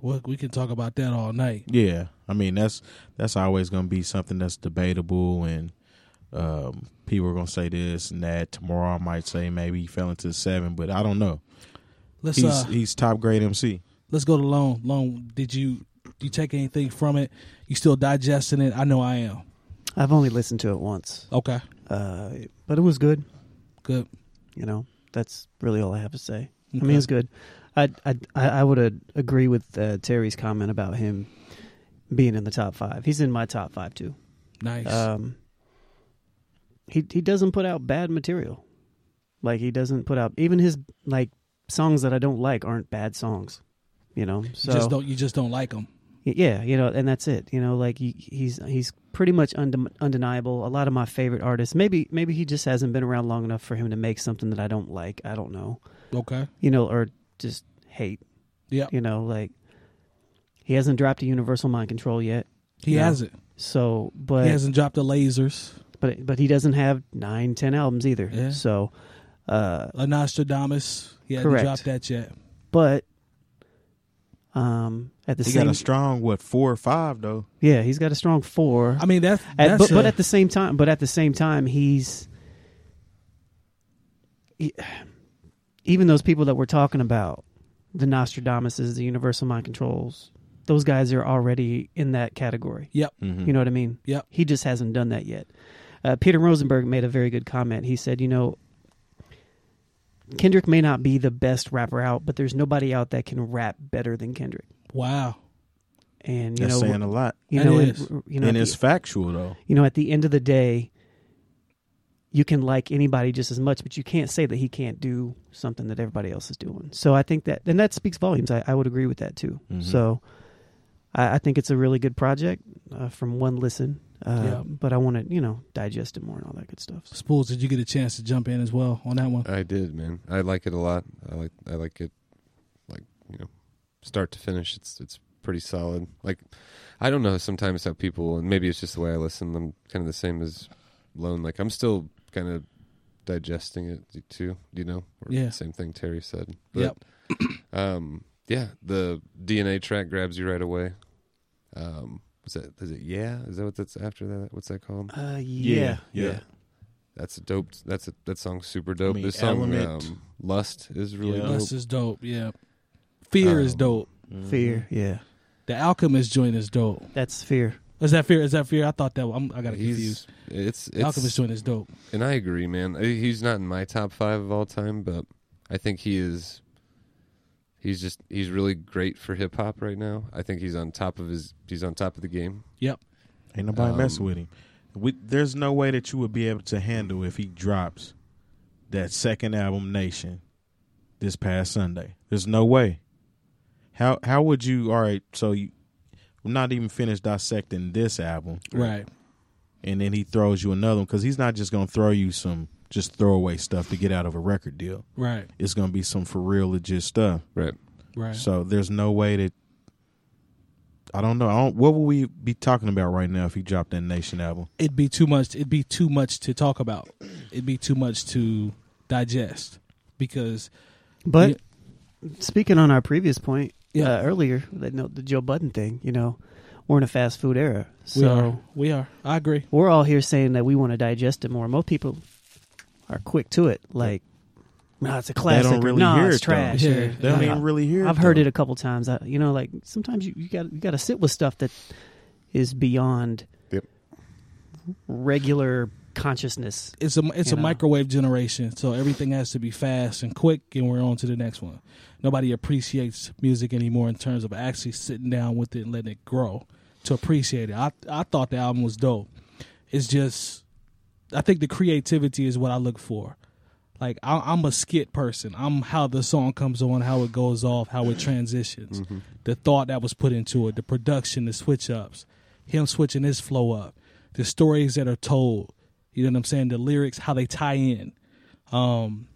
A: Well, we can talk about that all night.
C: Yeah, I mean that's that's always going to be something that's debatable, and um, people are going to say this and that. Tomorrow, I might say maybe he fell into the seven, but I don't know.
A: Let's
C: He's
A: uh,
C: he's top grade MC.
A: let's go to loan. Loan, did you did you take anything from it? You still digesting it? I know I am.
B: I've only listened to it once.
A: Okay.
B: Uh, but it was good.
A: Good.
B: You know, that's really all I have to say. I
A: Okay.
B: mean, it's good. I I I would uh, agree with uh, Terry's comment about him being in the top five. He's in my top five too.
A: Nice.
B: Um, he he doesn't put out bad material. Like he doesn't put out even his like songs that I don't like aren't bad songs. you know. So
A: You just don't you just don't like them.
B: Y- yeah, you know, and that's it. You know, like he, he's he's pretty much unde- undeniable. A lot of my favorite artists. Maybe maybe he just hasn't been around long enough for him to make something that I don't like. I don't know.
A: Okay.
B: You know, or just hate.
A: Yeah.
B: You know, like he hasn't dropped a universal mind control yet.
A: He
B: Yeah.
A: has it.
B: So, but
A: he hasn't dropped the lasers.
B: but but he doesn't have nine, ten albums either.
A: Yeah.
B: So, uh,
A: A Nostradamus. He hasn't
B: Correct.
A: dropped that yet.
B: but um, at the
C: He
B: same
C: got a strong what four or five though.
B: yeah, he's got a strong four.
A: I mean that's,
B: At-
A: that's
B: but, but
A: a-
B: at the same time, but at the same time, he's he- even those people that we're talking about, the Nostradamuses, the Universal Mind Controls, those guys are already in that category.
A: Yep.
C: Mm-hmm.
B: You know what I mean?
A: Yep.
B: He just hasn't done that yet. Uh, Peter Rosenberg made a very good comment. He said, you know. Kendrick may not be the best rapper out, but there's nobody out that can rap better than Kendrick.
A: Wow.
B: And you
C: That's
B: know,
C: saying a lot,
B: you
A: That
B: know,
A: is.
B: and, you know,
C: and
B: at
C: it's
B: the-
C: factual though.
B: you know, at the end of the day, you can like anybody just as much, but you can't say that he can't do something that everybody else is doing. So I think that, and that speaks volumes. I, I would agree with that too.
A: Mm-hmm.
C: Mhm.
B: So I, I think it's a really good project uh, from one listen, uh,
A: Yeah.
B: but I want to, you know, digest it more and all that good stuff. So-
A: Spools, did you get a chance to jump in as well on that one?
D: I did, man. I like it a lot. I like I like it like, you know, start to finish it's it's pretty solid. Like I don't know sometimes how people and maybe it's just the way I listen, I'm kind of the same as Lone. Like I'm still kind of digesting it too, you know. Or
A: Yeah.
D: Same thing Terry said.
A: Yep.
D: Um yeah, the DNA track grabs you right away. Um is that is it yeah? Is that what that's after that? What's that called?
B: Uh, yeah,
C: Yeah, yeah.
D: That's a dope. That's a that song's super dope.
C: mean,
D: this song,
C: Element.
D: um, Lust, is really
C: Yeah.
D: dope.
A: Lust is dope. Yeah. Fear is
D: uh, Um,
A: dope.
B: fear. Yeah,
A: The Alchemist joint is dope.
B: that's fear.
A: Is that fear? Is that fear? I thought that. I'm, I got
D: He's-
A: confused.
D: It's,
A: The Alchemist
D: it's
A: joint is dope.
D: and I agree, man. I- He's not in my top five of all time, but I think he is. He's just he's really great for hip hop right now. I think he's on top of his he's on top of the game.
A: Yep.
C: Ain't nobody
D: Um,
C: messing with him. We, there's no way that you would be able to handle if he drops that second album, Nation, this past Sunday. There's no way. How how would you? All right, so you, I'm not even finished dissecting this album,
A: Right.
C: and then he throws you another one because he's not just gonna throw you some just throwaway stuff to get out of a record deal.
A: Right.
C: It's gonna be some for real legit stuff.
D: Right.
A: Right.
C: So there's no way that I don't know. I don't, what would we be talking about right now if he dropped that Nation album?
A: it'd be too much. It'd be too much to talk about. It'd be too much to digest because
B: But speaking on our previous point
A: Yeah.
B: uh, earlier, that no, the Joe Budden thing, you know, we're in a fast food era. So
A: we are. We are. I agree.
B: we're all here saying that we want to digest it more. Most people are quick to it, like, nah, it's a classic.
C: They don't
B: or,
C: really
B: "Nah,
C: hear
B: it's
C: it, though.
B: trash.
A: Yeah.
B: or,
A: They
C: They don't
B: "Nah."
C: even really hear.
B: I've heard
C: though.
B: it a couple times. I, you know, like sometimes you, you got you got to sit with stuff that is beyond
D: Yep.
B: regular consciousness.
A: It's a it's
B: You
A: a
B: know.
A: microwave generation, so everything has to be fast and quick, and we're on to the next one. Nobody appreciates music anymore in terms of actually sitting down with it and letting it grow to appreciate it. I I thought the album was dope. It's just, I think the creativity is what I look for. Like I, I'm a skit person. I'm how the song comes on, how it goes off, how it transitions, the thought that was put into it, the production, the switch ups, him switching his flow up, the stories that are told. You know what I'm saying? The lyrics, how they tie in, um,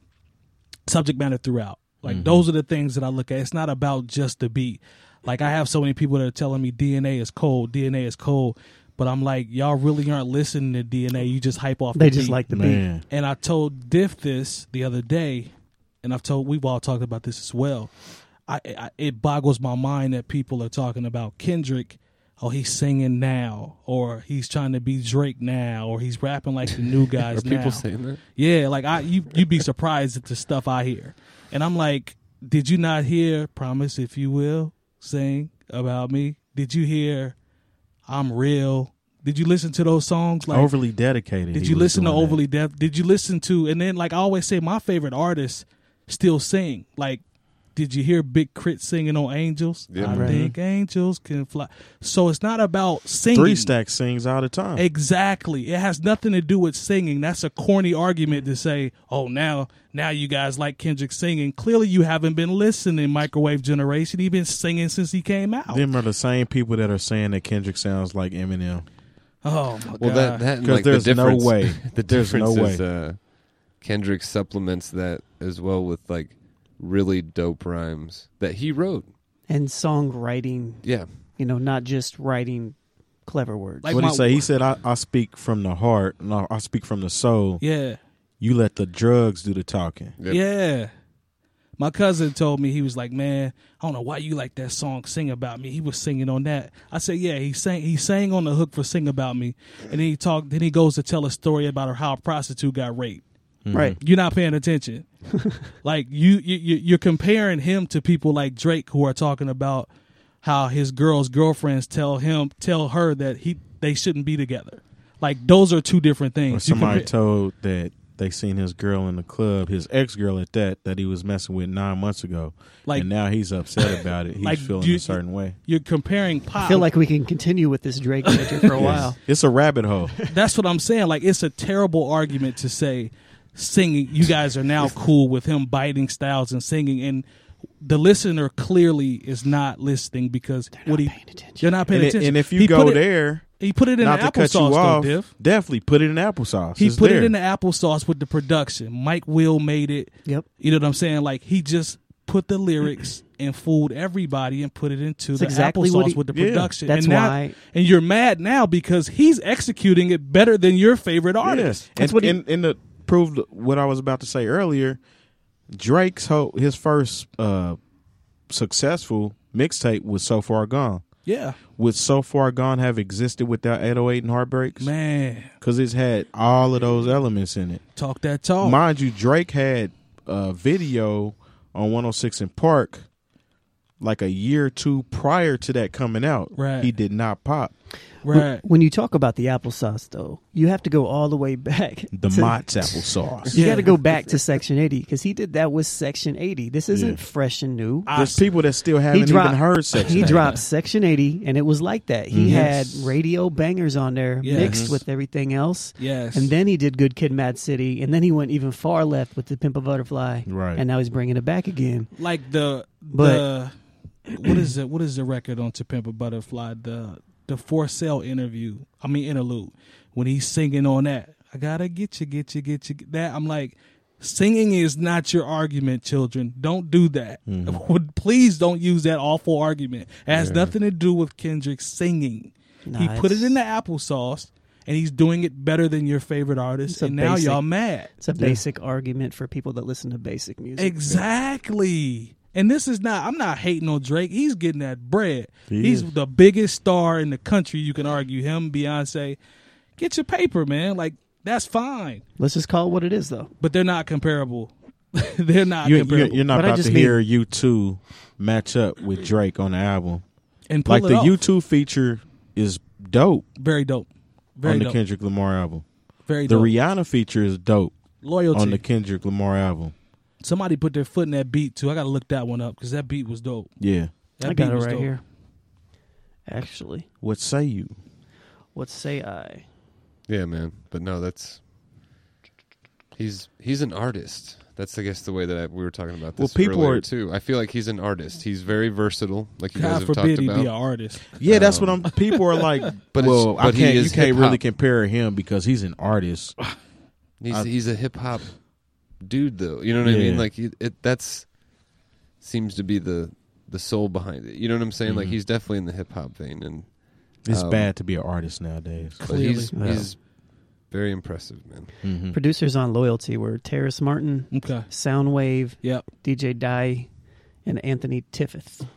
A: subject matter throughout. Like those are the things that I look at. It's not about just the beat. Like I have so many people that are telling me DNA is cold, DNA is cold, but I'm like, y'all really aren't listening to DNA. You just hype off.
B: They
A: the
B: just
A: beat.
B: like the beat.
C: Man,
A: And I told Diff this the other day, and I've told we've all talked about this as well. I, I it boggles my mind that people are talking about Kendrick. Oh, he's singing now, or he's trying to be Drake now, or he's rapping like the new
D: Are
A: guys now.
D: people saying that?
A: Yeah, like I you you'd be surprised at the stuff I hear. And I'm like, did you not hear Promise if you will sing about me? Did you hear I'm real? Did you listen to those songs like
C: overly dedicated.
A: did
C: he
A: you
C: was
A: listen to
C: doing that.
A: Overly Deaf? Did you listen to and then like I always say my favorite artists still sing. Like Did you hear Big Crit singing on Angels?
D: Yeah,
A: I
B: man.
A: think angels can fly. So it's not about singing.
C: Three Stack sings all the time.
A: Exactly. It has nothing to do with singing. That's a corny argument to say, "Oh, now now you guys like Kendrick singing." Clearly you haven't been listening Microwave Generation. He's been singing since he came out.
C: Them are the same people that are saying that Kendrick sounds like Eminem.
A: Oh my
D: Well,
A: god.
D: that that and,
C: 'Cause
D: like, the
C: there's no
D: difference-
C: way.
D: the
C: There's no
D: difference is uh, Kendrick supplements that as well with like really dope rhymes that he wrote.
B: and songwriting.
D: Yeah,
B: You know, not just writing clever words.
A: Like-
C: what did
A: my-
C: he say? He said, I, "I speak from the heart, no, I speak from the soul.
A: yeah.
C: You let the drugs do the talking."
D: Yep.
A: Yeah. My cousin told me he was like, "Man, I don't know why you like that song Sing About Me." He was singing on that. I said, "Yeah, he sang he sang on the hook for Sing About Me." And then he talked then he goes to tell a story about how a prostitute got raped.
C: Mm-hmm.
B: Right.
A: You're not paying attention. like you, you you- you're comparing him to people like Drake who are talking about how his girl's girlfriends tell him tell her that he they shouldn't be together. Like those are two different
C: Or
A: things. You
C: somebody
A: compare-
C: told that they seen his girl in the club, his ex girl at that, that he was messing with nine months ago,
A: Like-
C: and now he's upset about it. He's
A: Like,
C: feeling
A: do you-
C: a certain way.
A: you're comparing pop.
B: I feel like we can continue with this Drake major for a while.
C: It's a rabbit hole.
A: That's what I'm saying. Like it's a terrible argument to say singing. You guys are now cool with him biting styles and singing, and the listener clearly is not listening because what he
B: paying attention.
A: you're not paying
C: and, it-
A: attention.
C: and if you
A: He
C: go
A: put it-
C: there,
A: he put it in
C: not
A: the
C: to cut you
A: applesauce though,
C: off,
A: Div.
C: definitely put it in applesauce.
A: He
C: It's
A: put
C: there.
A: it in the applesauce with the production. Mike Will made it.
B: Yep.
A: You know what I'm saying? Like he just put the lyrics and fooled everybody and put it into the
B: exactly
A: applesauce
B: what he-
A: with the
C: Yeah.
A: production.
B: That's
A: and now-
B: why-
A: and you're mad now because he's executing it better than your favorite artist.
C: Yes, and,
B: what he-
C: and, and to prove what I was about to say earlier, Drake's whole, his first uh, successful mixtape was "So Far Gone."
A: Yeah.
C: Would "So Far Gone" have existed without 808 and Heartbreaks?
A: Man,
C: Because it's had all of those elements in it.
A: talk that talk.
C: Mind you, Drake had a video on 106 in Park like a year or two prior to that coming out.
A: Right.
C: He did not pop.
A: right.
B: When you talk about the applesauce, though, you have to go all the way back.
C: The
B: to,
C: Mott's applesauce.
B: You
A: Yeah.
B: got to go back to Section 80 because he did that with Section 80. This isn't
C: Yeah.
B: fresh and new.
C: There's people that still haven't even heard section. Mm-hmm.
B: He
C: eight.
B: dropped Section 80, and it was like that. He
A: Yes.
B: had radio bangers on there
A: Yes.
C: Mm-hmm.
B: mixed with everything else.
A: Yes.
B: And then he did Good Kid, Mad City, and then he went even far left with the Pimp a Butterfly.
C: Right.
B: And now he's bringing it back again.
A: like the
B: But-
A: the what is it? What is the record on "To Pimp a Butterfly"? The the for sale interview. I mean interlude when he's singing on that. I gotta get you, get you, get you. That I'm like, singing is not your argument, children. Don't do that.
B: Mm-hmm.
A: Would- Please don't use that awful argument. It has nothing to do with Kendrick singing.
B: Nah,
A: he put it
B: it's-
A: in the applesauce, and he's doing it better than your favorite artist.
B: It's a
A: And now
B: basic-
A: y'all mad.
B: It's a basic argument for people that listen to basic music.
A: Exactly. And this is not I'm not hating on Drake. He's getting that bread.
C: He
A: He's
C: is.
A: the biggest star in the country, you can argue. Him, Beyonce. Get your paper, man. Like that's fine.
B: Let's just call it what it is, though.
A: But they're not comparable. they're not
C: You, you,
A: comparable.
C: you're not
B: But I
C: about to
B: just mean-
C: hear you two match up with Drake on the album.
A: and pull
C: Like
A: it
C: the
A: off.
C: U two feature is dope
A: very dope. Very
C: on the
A: dope.
C: Kendrick Lamar album.
A: very
C: The
A: dope.
C: Rihanna feature is dope
A: Loyalty.
C: on the Kendrick Lamar album.
A: Somebody put their foot in that beat too. I gotta look that one up because that beat was dope.
C: Yeah.
A: That
B: I
A: beat
B: got it
A: was
B: right
A: dope.
B: here. Actually,
C: What say you?
B: what say I?
D: yeah, man. But no, that's he's he's an artist. That's I guess the way that I, we were talking about
C: Well,
D: this
C: people
D: earlier
C: are-
D: too. I feel like he's an artist. He's very versatile, like you guys
A: God
D: have
A: forbid
D: talked
A: he be an
D: about.
A: artist.
C: Yeah, that's what I'm. People are like,
D: But it's-
C: Um, well, I
D: but he
C: can't. You
D: is
C: can't
D: hip-hop.
C: really compare him because he's an artist.
D: He's
C: I-
D: he's a hip hop dude, though. You know what I
C: Yeah.
D: mean? Like it, it that's seems to be the the soul behind it. You know what I'm saying? Like
C: Mhm.
D: he's definitely in the hip hop vein, and
C: It's
D: Um,
C: bad to be an artist nowadays.
D: but he's
A: Clearly.
D: he's very impressive, man.
C: Mhm.
B: Producers on Loyalty were Terrace Martin,
A: Okay.
B: Soundwave,
A: Yep.
B: DJ Dye, and Anthony Tiffith.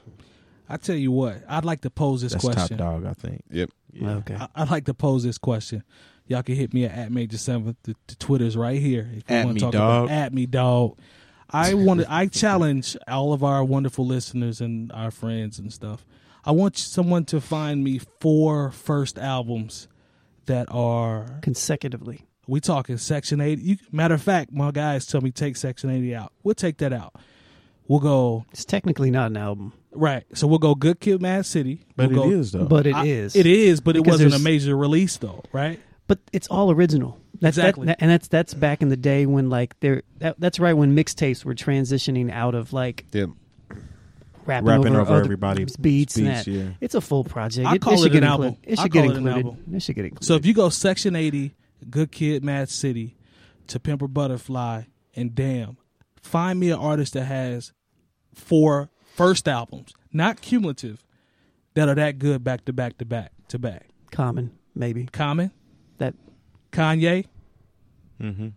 A: I tell you what, I'd like to pose this
C: That's
A: question.
C: top dog, I think.
D: Yep.
C: Yeah.
B: Okay.
A: I, I'd like to pose this question. Y'all can hit me at, at Major Seventh. The, the Twitter's right here. If
C: At
A: wanna
C: me, dog.
A: at me, dog. I want. to I challenge all of our wonderful listeners and our friends and stuff. I want someone to find me four first albums that are.
B: Consecutively.
A: We talking Section Eighty. You, matter of fact, my guys tell me take Section Eighty out. We'll take that out. We'll go
B: It's technically not an album,
A: right. So we'll go Good Kid, Mad City.
C: But
A: we'll
C: it
A: go,
C: is though.
B: but it is.
A: I- It is, but
B: Because
A: it wasn't a
B: there's-
A: major release though, right?
B: But it's all original. That's that-
A: Exactly.
B: that, and that's that's back in the day when like there. That, that's right when mixtapes were transitioning out of like
D: Yep.
B: rapping,
C: Rapping
B: over,
C: over
B: other
C: everybody's
B: beats. and
C: beats,
B: that.
C: yeah.
B: It's a full project.
A: I call
B: should
A: it
B: get
A: an
B: inclu-
A: album.
B: It
A: I
B: should get
A: call it an
B: included.
A: album.
B: It should get included.
A: So if you go Section 80, Good Kid, Mad City, To Pimp a Butterfly, and Damn, find me an artist that has four first albums, not cumulative, that are that good back to back to back to back.
B: common, maybe
A: Common,
B: that
A: Kanye.
C: mm-hmm.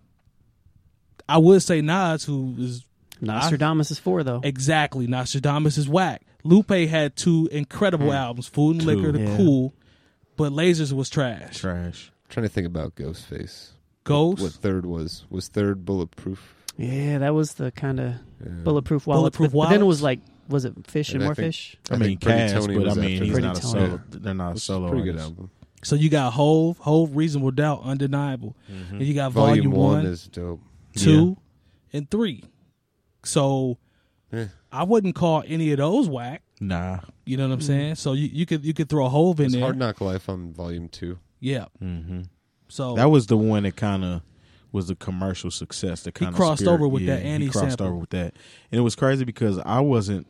A: I would say Nas, who is
B: Nostradamus is for though.
A: exactly Nostradamus is whack. Lupe had two incredible albums, Food and
C: Mm. Two,
A: Liquor, The
C: yeah.
A: Cool, but Lasers was trash.
C: trash.
D: trying to think about Ghostface.
A: Ghost,
D: What third was? Was third Bulletproof?
B: Yeah, that was the kind of
D: Yeah.
B: bulletproof wallets.
A: Bulletproof
B: but, but then it
A: wallets?
B: was like, was it fish and,
D: And I
B: more
D: think-
B: fish?
C: I, mean,
D: think Pretty
C: Cass,
D: Tony
C: but I
D: was
C: mean,
D: after
C: he's
D: that.
C: not a
B: Pretty
C: solo.
D: Tony.
C: They're not a
D: Which is
C: solo.
D: Pretty good
C: artist.
D: album.
A: So you got Hove, Hove, Reasonable Doubt, Undeniable. And you got
D: Mm-hmm. Volume,
A: Volume,
D: one,
A: One,
D: is dope.
A: Two, and Three. So
D: Yeah.
A: I wouldn't call any of those whack.
C: Nah.
A: You know what I'm saying? So you, you could you could throw Hove in
D: Mm-hmm. It's
A: there.
D: Hard Knock Life on Volume two.
A: Yeah.
C: Mm-hmm.
A: So
C: That was the one that kind of was the commercial success. That kind of
A: crossed over with that Annie
C: He crossed
A: sample.
C: over with that, and it was crazy because I wasn't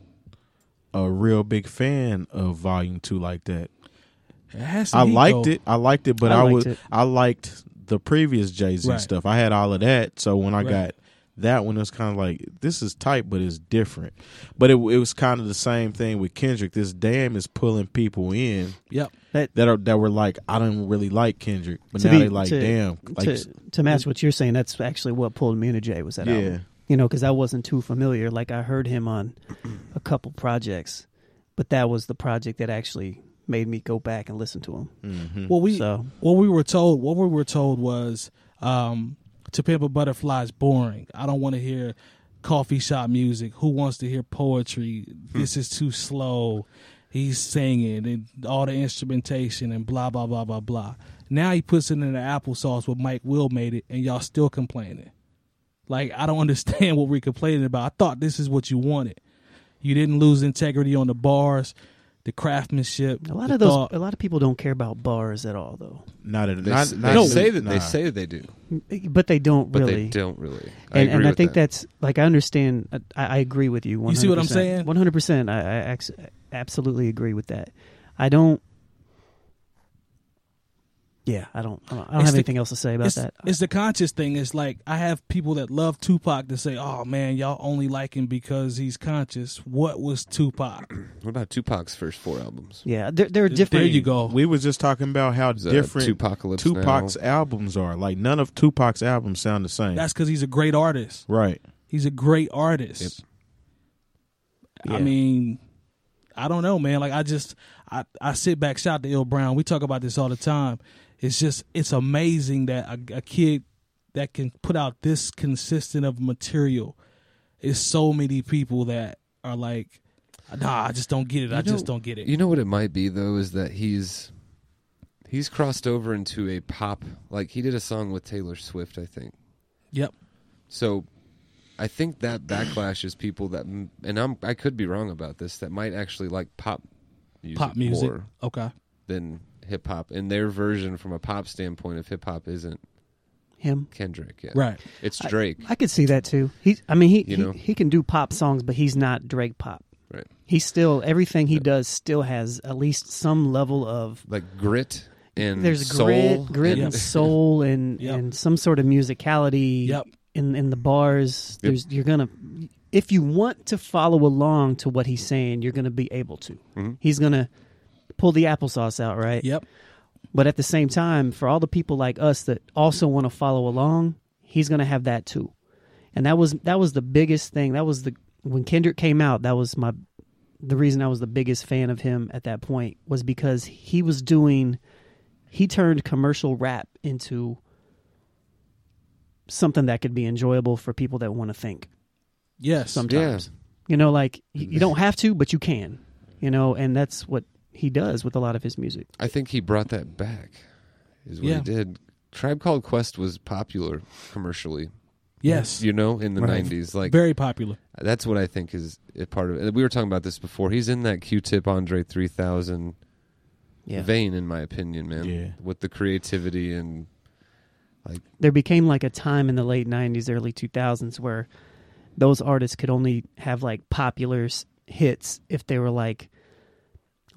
C: a real big fan of Volume Two like that.
A: it has some
C: I
A: heat,
C: liked
A: though.
C: it. I liked it, but
B: I
C: I,
B: liked
C: was
B: it.
C: I liked the previous Jay Z
A: Right.
C: stuff. I had all of that, so when I
A: Right.
C: got that one, it was kind of like this is tight, but it's different. But it, it was kind of the same thing with Kendrick. This damn is pulling people in
A: Yep.
C: that are that were like, I don't really like Kendrick, but
B: To
C: now
B: be-
C: they like
B: to-
C: damn, like
B: to, to match what you're saying, that's actually what pulled me into Jay was that
C: Yeah.
B: album. You know, because I wasn't too familiar. Like I heard him on a couple projects, but that was the project that actually made me go back and listen to him.
A: Well, we
B: Mm-hmm. So
A: what we were told what we were told was um to pimp a butterfly is boring i don't want to hear coffee shop music who wants to hear poetry
B: Hmm.
A: this is too slow he's singing and all the instrumentation and blah blah blah blah blah now he puts it in the applesauce what mike will made it and y'all still complaining like i don't understand what we're complaining about i thought this is what you wanted you didn't lose integrity on the bars the craftsmanship
B: a lot
A: the
B: of those,
A: thought.
B: a lot of people don't care about bars at all, though.
C: not at
D: They,
C: not,
D: s-
C: not
D: they
A: no,
D: say that
C: nah.
D: they say that they do,
B: But they don't
D: but
B: really.
D: they don't really. I
B: and,
D: agree
B: and I
D: with
B: think
D: that.
B: that's like I understand. uh, I, I agree with you. 100%,
A: You see what I'm saying?
B: One hundred percent. I, I ex- absolutely agree with that. I don't. Yeah, I don't. I don't, I don't
A: It's
B: have
A: the-
B: anything else to say about
A: it's,
B: that.
A: it's the conscious thing. It's like I have people that love Tupac that say, "Oh man, y'all only like him because he's conscious." What was Tupac?
D: What about Tupac's first four albums?
B: yeah, there, there are
A: There
B: different.
A: you go.
C: We was just talking about how
D: uh,
C: different
D: Tupacalypse
C: Tupac's
D: Now.
C: albums are. Like none of Tupac's albums sound the same.
A: That's because he's a great artist.
C: right.
A: He's a great artist.
B: Yeah.
A: I mean, I don't know, man. Like I just, I, I sit back. Shout out to Il Brown. We talk about this all the time. It's just, it's amazing that a, a kid that can put out this consistent of material is so many people that are like, Nah, I just don't get it. I
D: You
A: just
D: know-
A: don't get it.
D: You know what it might be though is that he's he's crossed over into a pop. Like he did a song with Taylor Swift, I think.
A: yep.
D: So I think that backlash is people that, and I'm I could be wrong about this, that might actually like pop music,
A: pop music.
D: more
A: Okay.
D: than hip hop, and their version from a pop standpoint of hip hop isn't
B: Him.
D: Kendrick yet.
A: Right.
D: It's Drake.
B: I could see that too. He's. I mean, he
D: You
B: he,
D: know?
B: he can do pop songs, but he's not Drake pop.
D: right.
B: He's still everything he does still has at least some level of
D: Like grit and
B: there's
D: soul.
B: grit, grit and,
A: and-
B: soul, and
A: Yep.
B: and some sort of musicality.
A: Yep.
B: In in the bars,
D: Yep.
B: there's you're gonna if you want to follow along to what he's saying, you're gonna be able to.
D: Mm-hmm.
B: He's gonna pull the applesauce out, right?
A: Yep.
B: But at the same time, for all the people like us that also want to follow along, he's going to have that too. And that was that was the biggest thing. That was the when Kendrick came out, that was my the reason I was the biggest fan of him at that point was because he was doing he turned commercial rap into something that could be enjoyable for people that want to think
A: Yes.
B: sometimes. You know, like you you don't have to, but you can. You know, and that's what he does with a lot of his music.
D: I think he brought that back. Is what
A: Yeah.
D: he did. Tribe Called Quest was popular commercially
A: Yes.
D: you know, in the
C: Right.
D: 90s. Like,
A: Very popular.
D: that's what I think is a part of it. We were talking about this before. He's in that Q Tip Andre 3000
B: Yeah.
D: vein, in my opinion, man.
C: Yeah.
D: With the creativity and
B: there became like a time in the late 90s early 2000s where those artists could only have like popular s- hits if they were like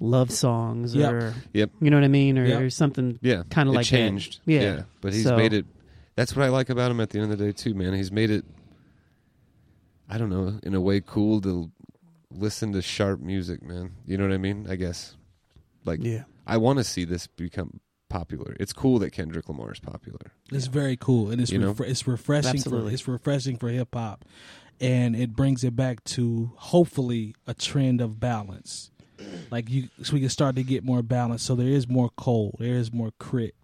B: love songs
A: Yep.
B: or
D: Yep.
B: you know what i mean or,
A: Yep.
B: or something
D: yeah,
B: Kinda
D: it
B: like that.
D: changed.
B: Yeah.
D: but he's
B: So-
D: made it. That's what I like about him. At the end of the day, too, man, he's made it. I don't know, in a way, cool to listen to sharp music, man. You know what I mean? I guess. Like,
B: yeah
D: I want to see this become popular. It's cool that Kendrick Lamar is popular.
A: It's very cool, and it's
D: You know?
A: refre- it's refreshing. For,
B: Absolutely.
A: it's refreshing for hip hop, and it brings it back to hopefully a trend of balance. Like you, so we can start to get more balance. So there is more Cole, there is more Crit.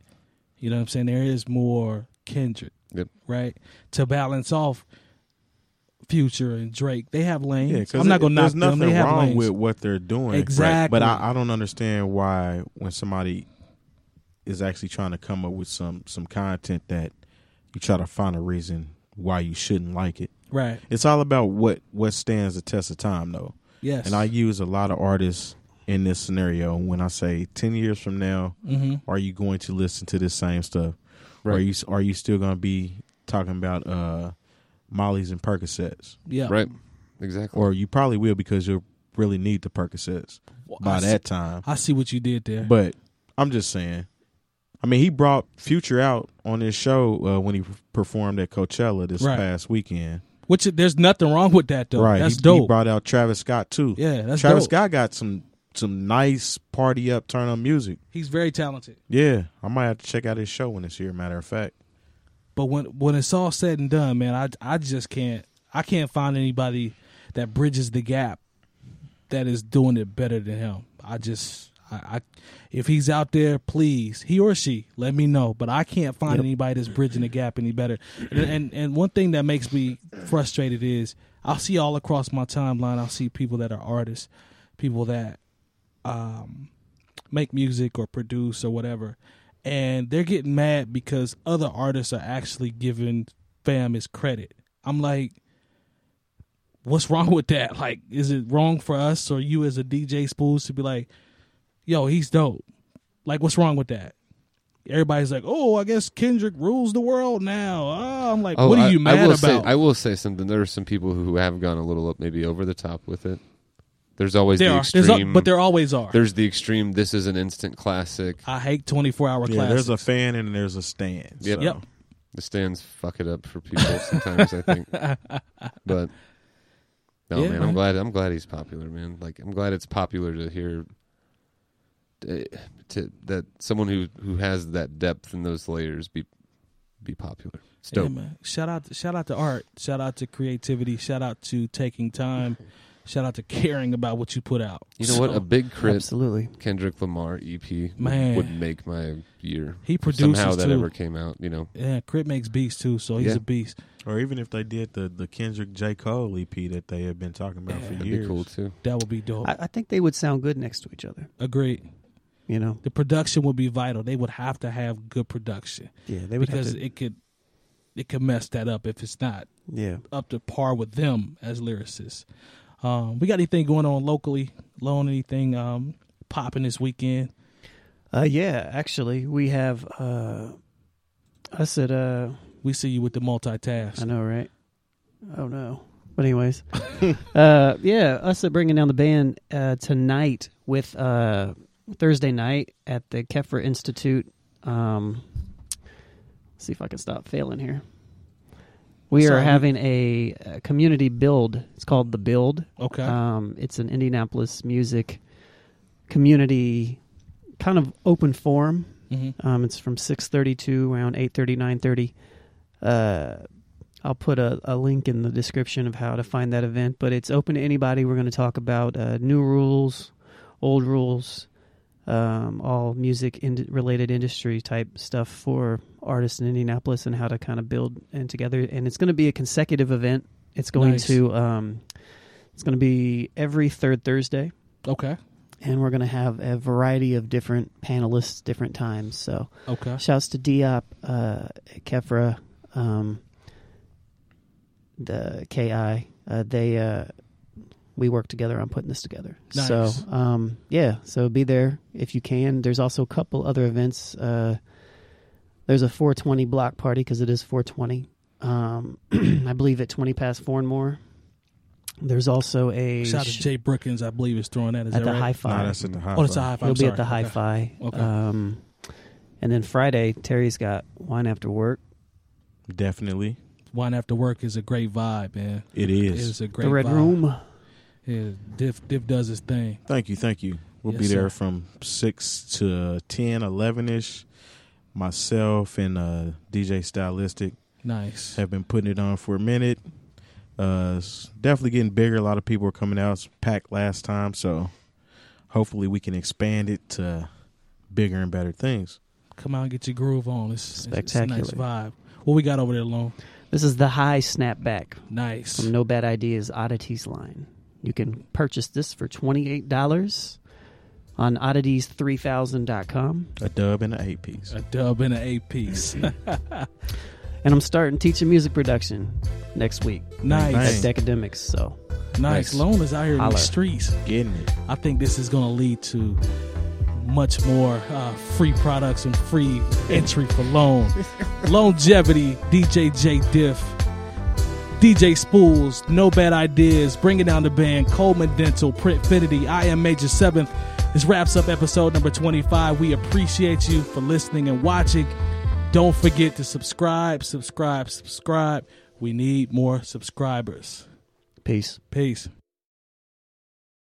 A: You know what I'm saying? There is more Kendrick,
D: Yep.
A: right? To balance off Future and Drake, they have lanes.
C: Yeah, 'cause
A: I'm not
C: it-
A: gonna knock
C: There's
A: them.
C: nothing
A: They have
C: wrong
A: lanes.
C: with what they're doing,
A: Exactly.
C: But I, I don't understand why when somebody is actually trying to come up with some some content that you try to find a reason why you shouldn't like it.
A: right?
C: It's all about what what stands the test of time, though.
A: Yes,
C: And I use a lot of artists in this scenario when I say ten years from now,
A: hmm
C: are you going to listen to this same stuff? Are you are you still going to be talking about uh, Molly's and Percocets?
A: yeah,
D: Right. Exactly.
C: Or you probably will because you'll really need the Percocets
A: Well, I
C: by
A: see-
C: that time.
A: I see what you did there.
C: But I'm just saying. I mean, he brought Future out on his show uh, when he performed at Coachella this
A: Right.
C: past weekend.
A: Which there's nothing wrong with that though.
C: right,
A: That's
C: he,
A: dope.
C: he brought out Travis Scott too.
A: yeah, that's
C: Travis
A: dope.
C: Scott got some some nice party up, turn on music.
A: He's very talented.
C: Yeah, I might have to check out his show when it's here. Matter of fact,
A: But when when it's all said and done, man, I I just can't I can't find anybody that bridges the gap that is doing it better than him. I just I, I if he's out there, please he or she let me know. But I can't find anybody that's bridging the gap any better. And, and and one thing that makes me frustrated is I'll see all across my timeline. I'll see people that are artists, people that um, make music or produce or whatever, and they're getting mad because other artists are actually giving fam his credit. I'm like, what's wrong with that? Like, is it wrong for us or you as a DJ spools to be like, yo, he's dope? Like, what's wrong with that? Everybody's like, oh, I guess Kendrick rules the world now. Ah, I'm like, what are
D: Oh, I-
A: you mad
D: I will
A: about?
D: Say, I will say something. There are some people who have gone a little up, maybe over the top with it. There's always
A: there
D: the
A: are,
D: extreme,
A: there's, al- but there always are.
D: there's the extreme. This is an instant classic.
A: I hate 24 hour
C: yeah,
A: classes.
C: there's a fan and there's a stand.
D: Yep.
C: so.
A: Yep.
D: The stands fuck it up for people sometimes. I think, but no,
A: Yeah,
D: man,
A: man.
D: I'm glad. I'm glad he's popular, man. Like I'm glad it's popular to hear uh, to that someone who who has that depth and those layers be be popular. It's
A: Yeah,
D: dope.
A: man. Shout out, to, shout out to art. Shout out to creativity. Shout out to taking time. Shout out to caring about what you put out.
D: you know what?
A: So,
D: A big crit
B: absolutely
D: Kendrick Lamar EP
A: Man.
D: would make my year.
A: he produces
D: Somehow that
A: too.
D: ever came out, you know.
A: yeah, Crit makes beats too, so he's
D: Yeah.
A: a beast.
C: Or even if they did the the Kendrick J Cole EP that they had been talking about for
D: That'd
C: years.
D: be cool too.
A: That would be dope.
B: I, I think they would sound good next to each other
A: Agreed.
B: you know
A: The production would be vital. They would have to have good production
B: yeah they would
A: because
B: have to,
A: it could it could mess that up if it's not
B: yeah
A: up to par with them as lyricists. Um, we got anything going on locally? Loan anything um, popping this weekend?
B: uh yeah actually we have uh us at uh
A: We see you with the multitask.
B: I know, right? Oh no. But anyways, uh, yeah, us at bringing down the band uh, tonight with uh, Thursday night at the Keffer Institute. Um, see if I can stop failing here. We
A: Sorry.
B: are having a, a community build. It's called the Build.
A: Okay.
D: Uh,
B: Um, it's an Indianapolis music community kind of open forum.
A: hmm
B: Um, it's from six thirty to around eight thirty, nine thirty. Uh, I'll put a, a link in the description of how to find that event, but it's open to anybody. We're going to talk about uh, new rules, old rules, um, all music in- related industry type stuff for artists in Indianapolis and how to kind of build and together. And it's going to be a consecutive event. It's going
A: Nice.
B: to um, it's going to be every third Thursday
A: Okay.
B: and we're going to have a variety of different panelists, different times. So,
A: Okay.
B: shouts to Diop, uh, Kefra, um, the KI. Uh, they uh, we work together on putting this together.
A: Nice.
B: So um, yeah, so be there if you can. There's also a couple other events. Uh, there's a 420 block party because it is 420. Um, I believe at 20 past four and more. There's also a
A: Shout out to
B: sh-
A: Jay Brookins, I believe, is throwing that. Is
B: at
A: that
B: the
A: right?
B: high
C: Nah,
B: five.
C: that's at the high.
A: Oh, it's a
C: five.
A: high five.
B: He'll
A: I'm
B: be
A: sorry.
B: at the Hi
A: Okay.
B: Fi.
A: Okay.
B: Um, and then Friday, Terry's got wine after work.
C: Definitely,
A: Wine after work is a great vibe, man.
C: it
A: It
C: is.
A: is a great
B: the Red
A: vibe.
B: Room.
A: Yeah, Diff Diff does his thing.
C: Thank you, thank you. We'll
A: Yes,
C: be there
A: sir.
C: from six to 10, 11 ish. Myself and uh, DJ Stylistic
A: Nice.
C: have been putting it on for a minute. Uh, it's definitely getting bigger. A lot of people are coming out. It's packed last time, so hopefully we can expand it to bigger and better things.
A: Come out and get your groove on. It's, it's- It's a
B: Spectacular.
A: nice vibe. What we got over there, Long?
B: This is the high snapback
A: Nice.
B: from No Bad Ideas Oddities line. You can purchase this for $28 on oddities3000.com.
C: A dub and an eight piece.
A: A dub and an eight piece.
B: And I'm starting teaching music production next week at
A: nice.
C: Dang.
B: Decademics. So
A: Nice.
D: Nice.
A: Lone is out here in
B: Holler.
A: the streets.
C: Getting it.
A: I think this is going to lead to much more uh, free products and free entry for loan. Longevity, DJ J Diff, DJ Spools, No Bad Ideas, Bringing Down the Band, Coleman Dental, Printfinity, I Am Major 7th. This wraps up episode number 25. We appreciate you for listening and watching. Don't forget to subscribe, subscribe, subscribe. We need more subscribers.
B: peace.
A: Peace.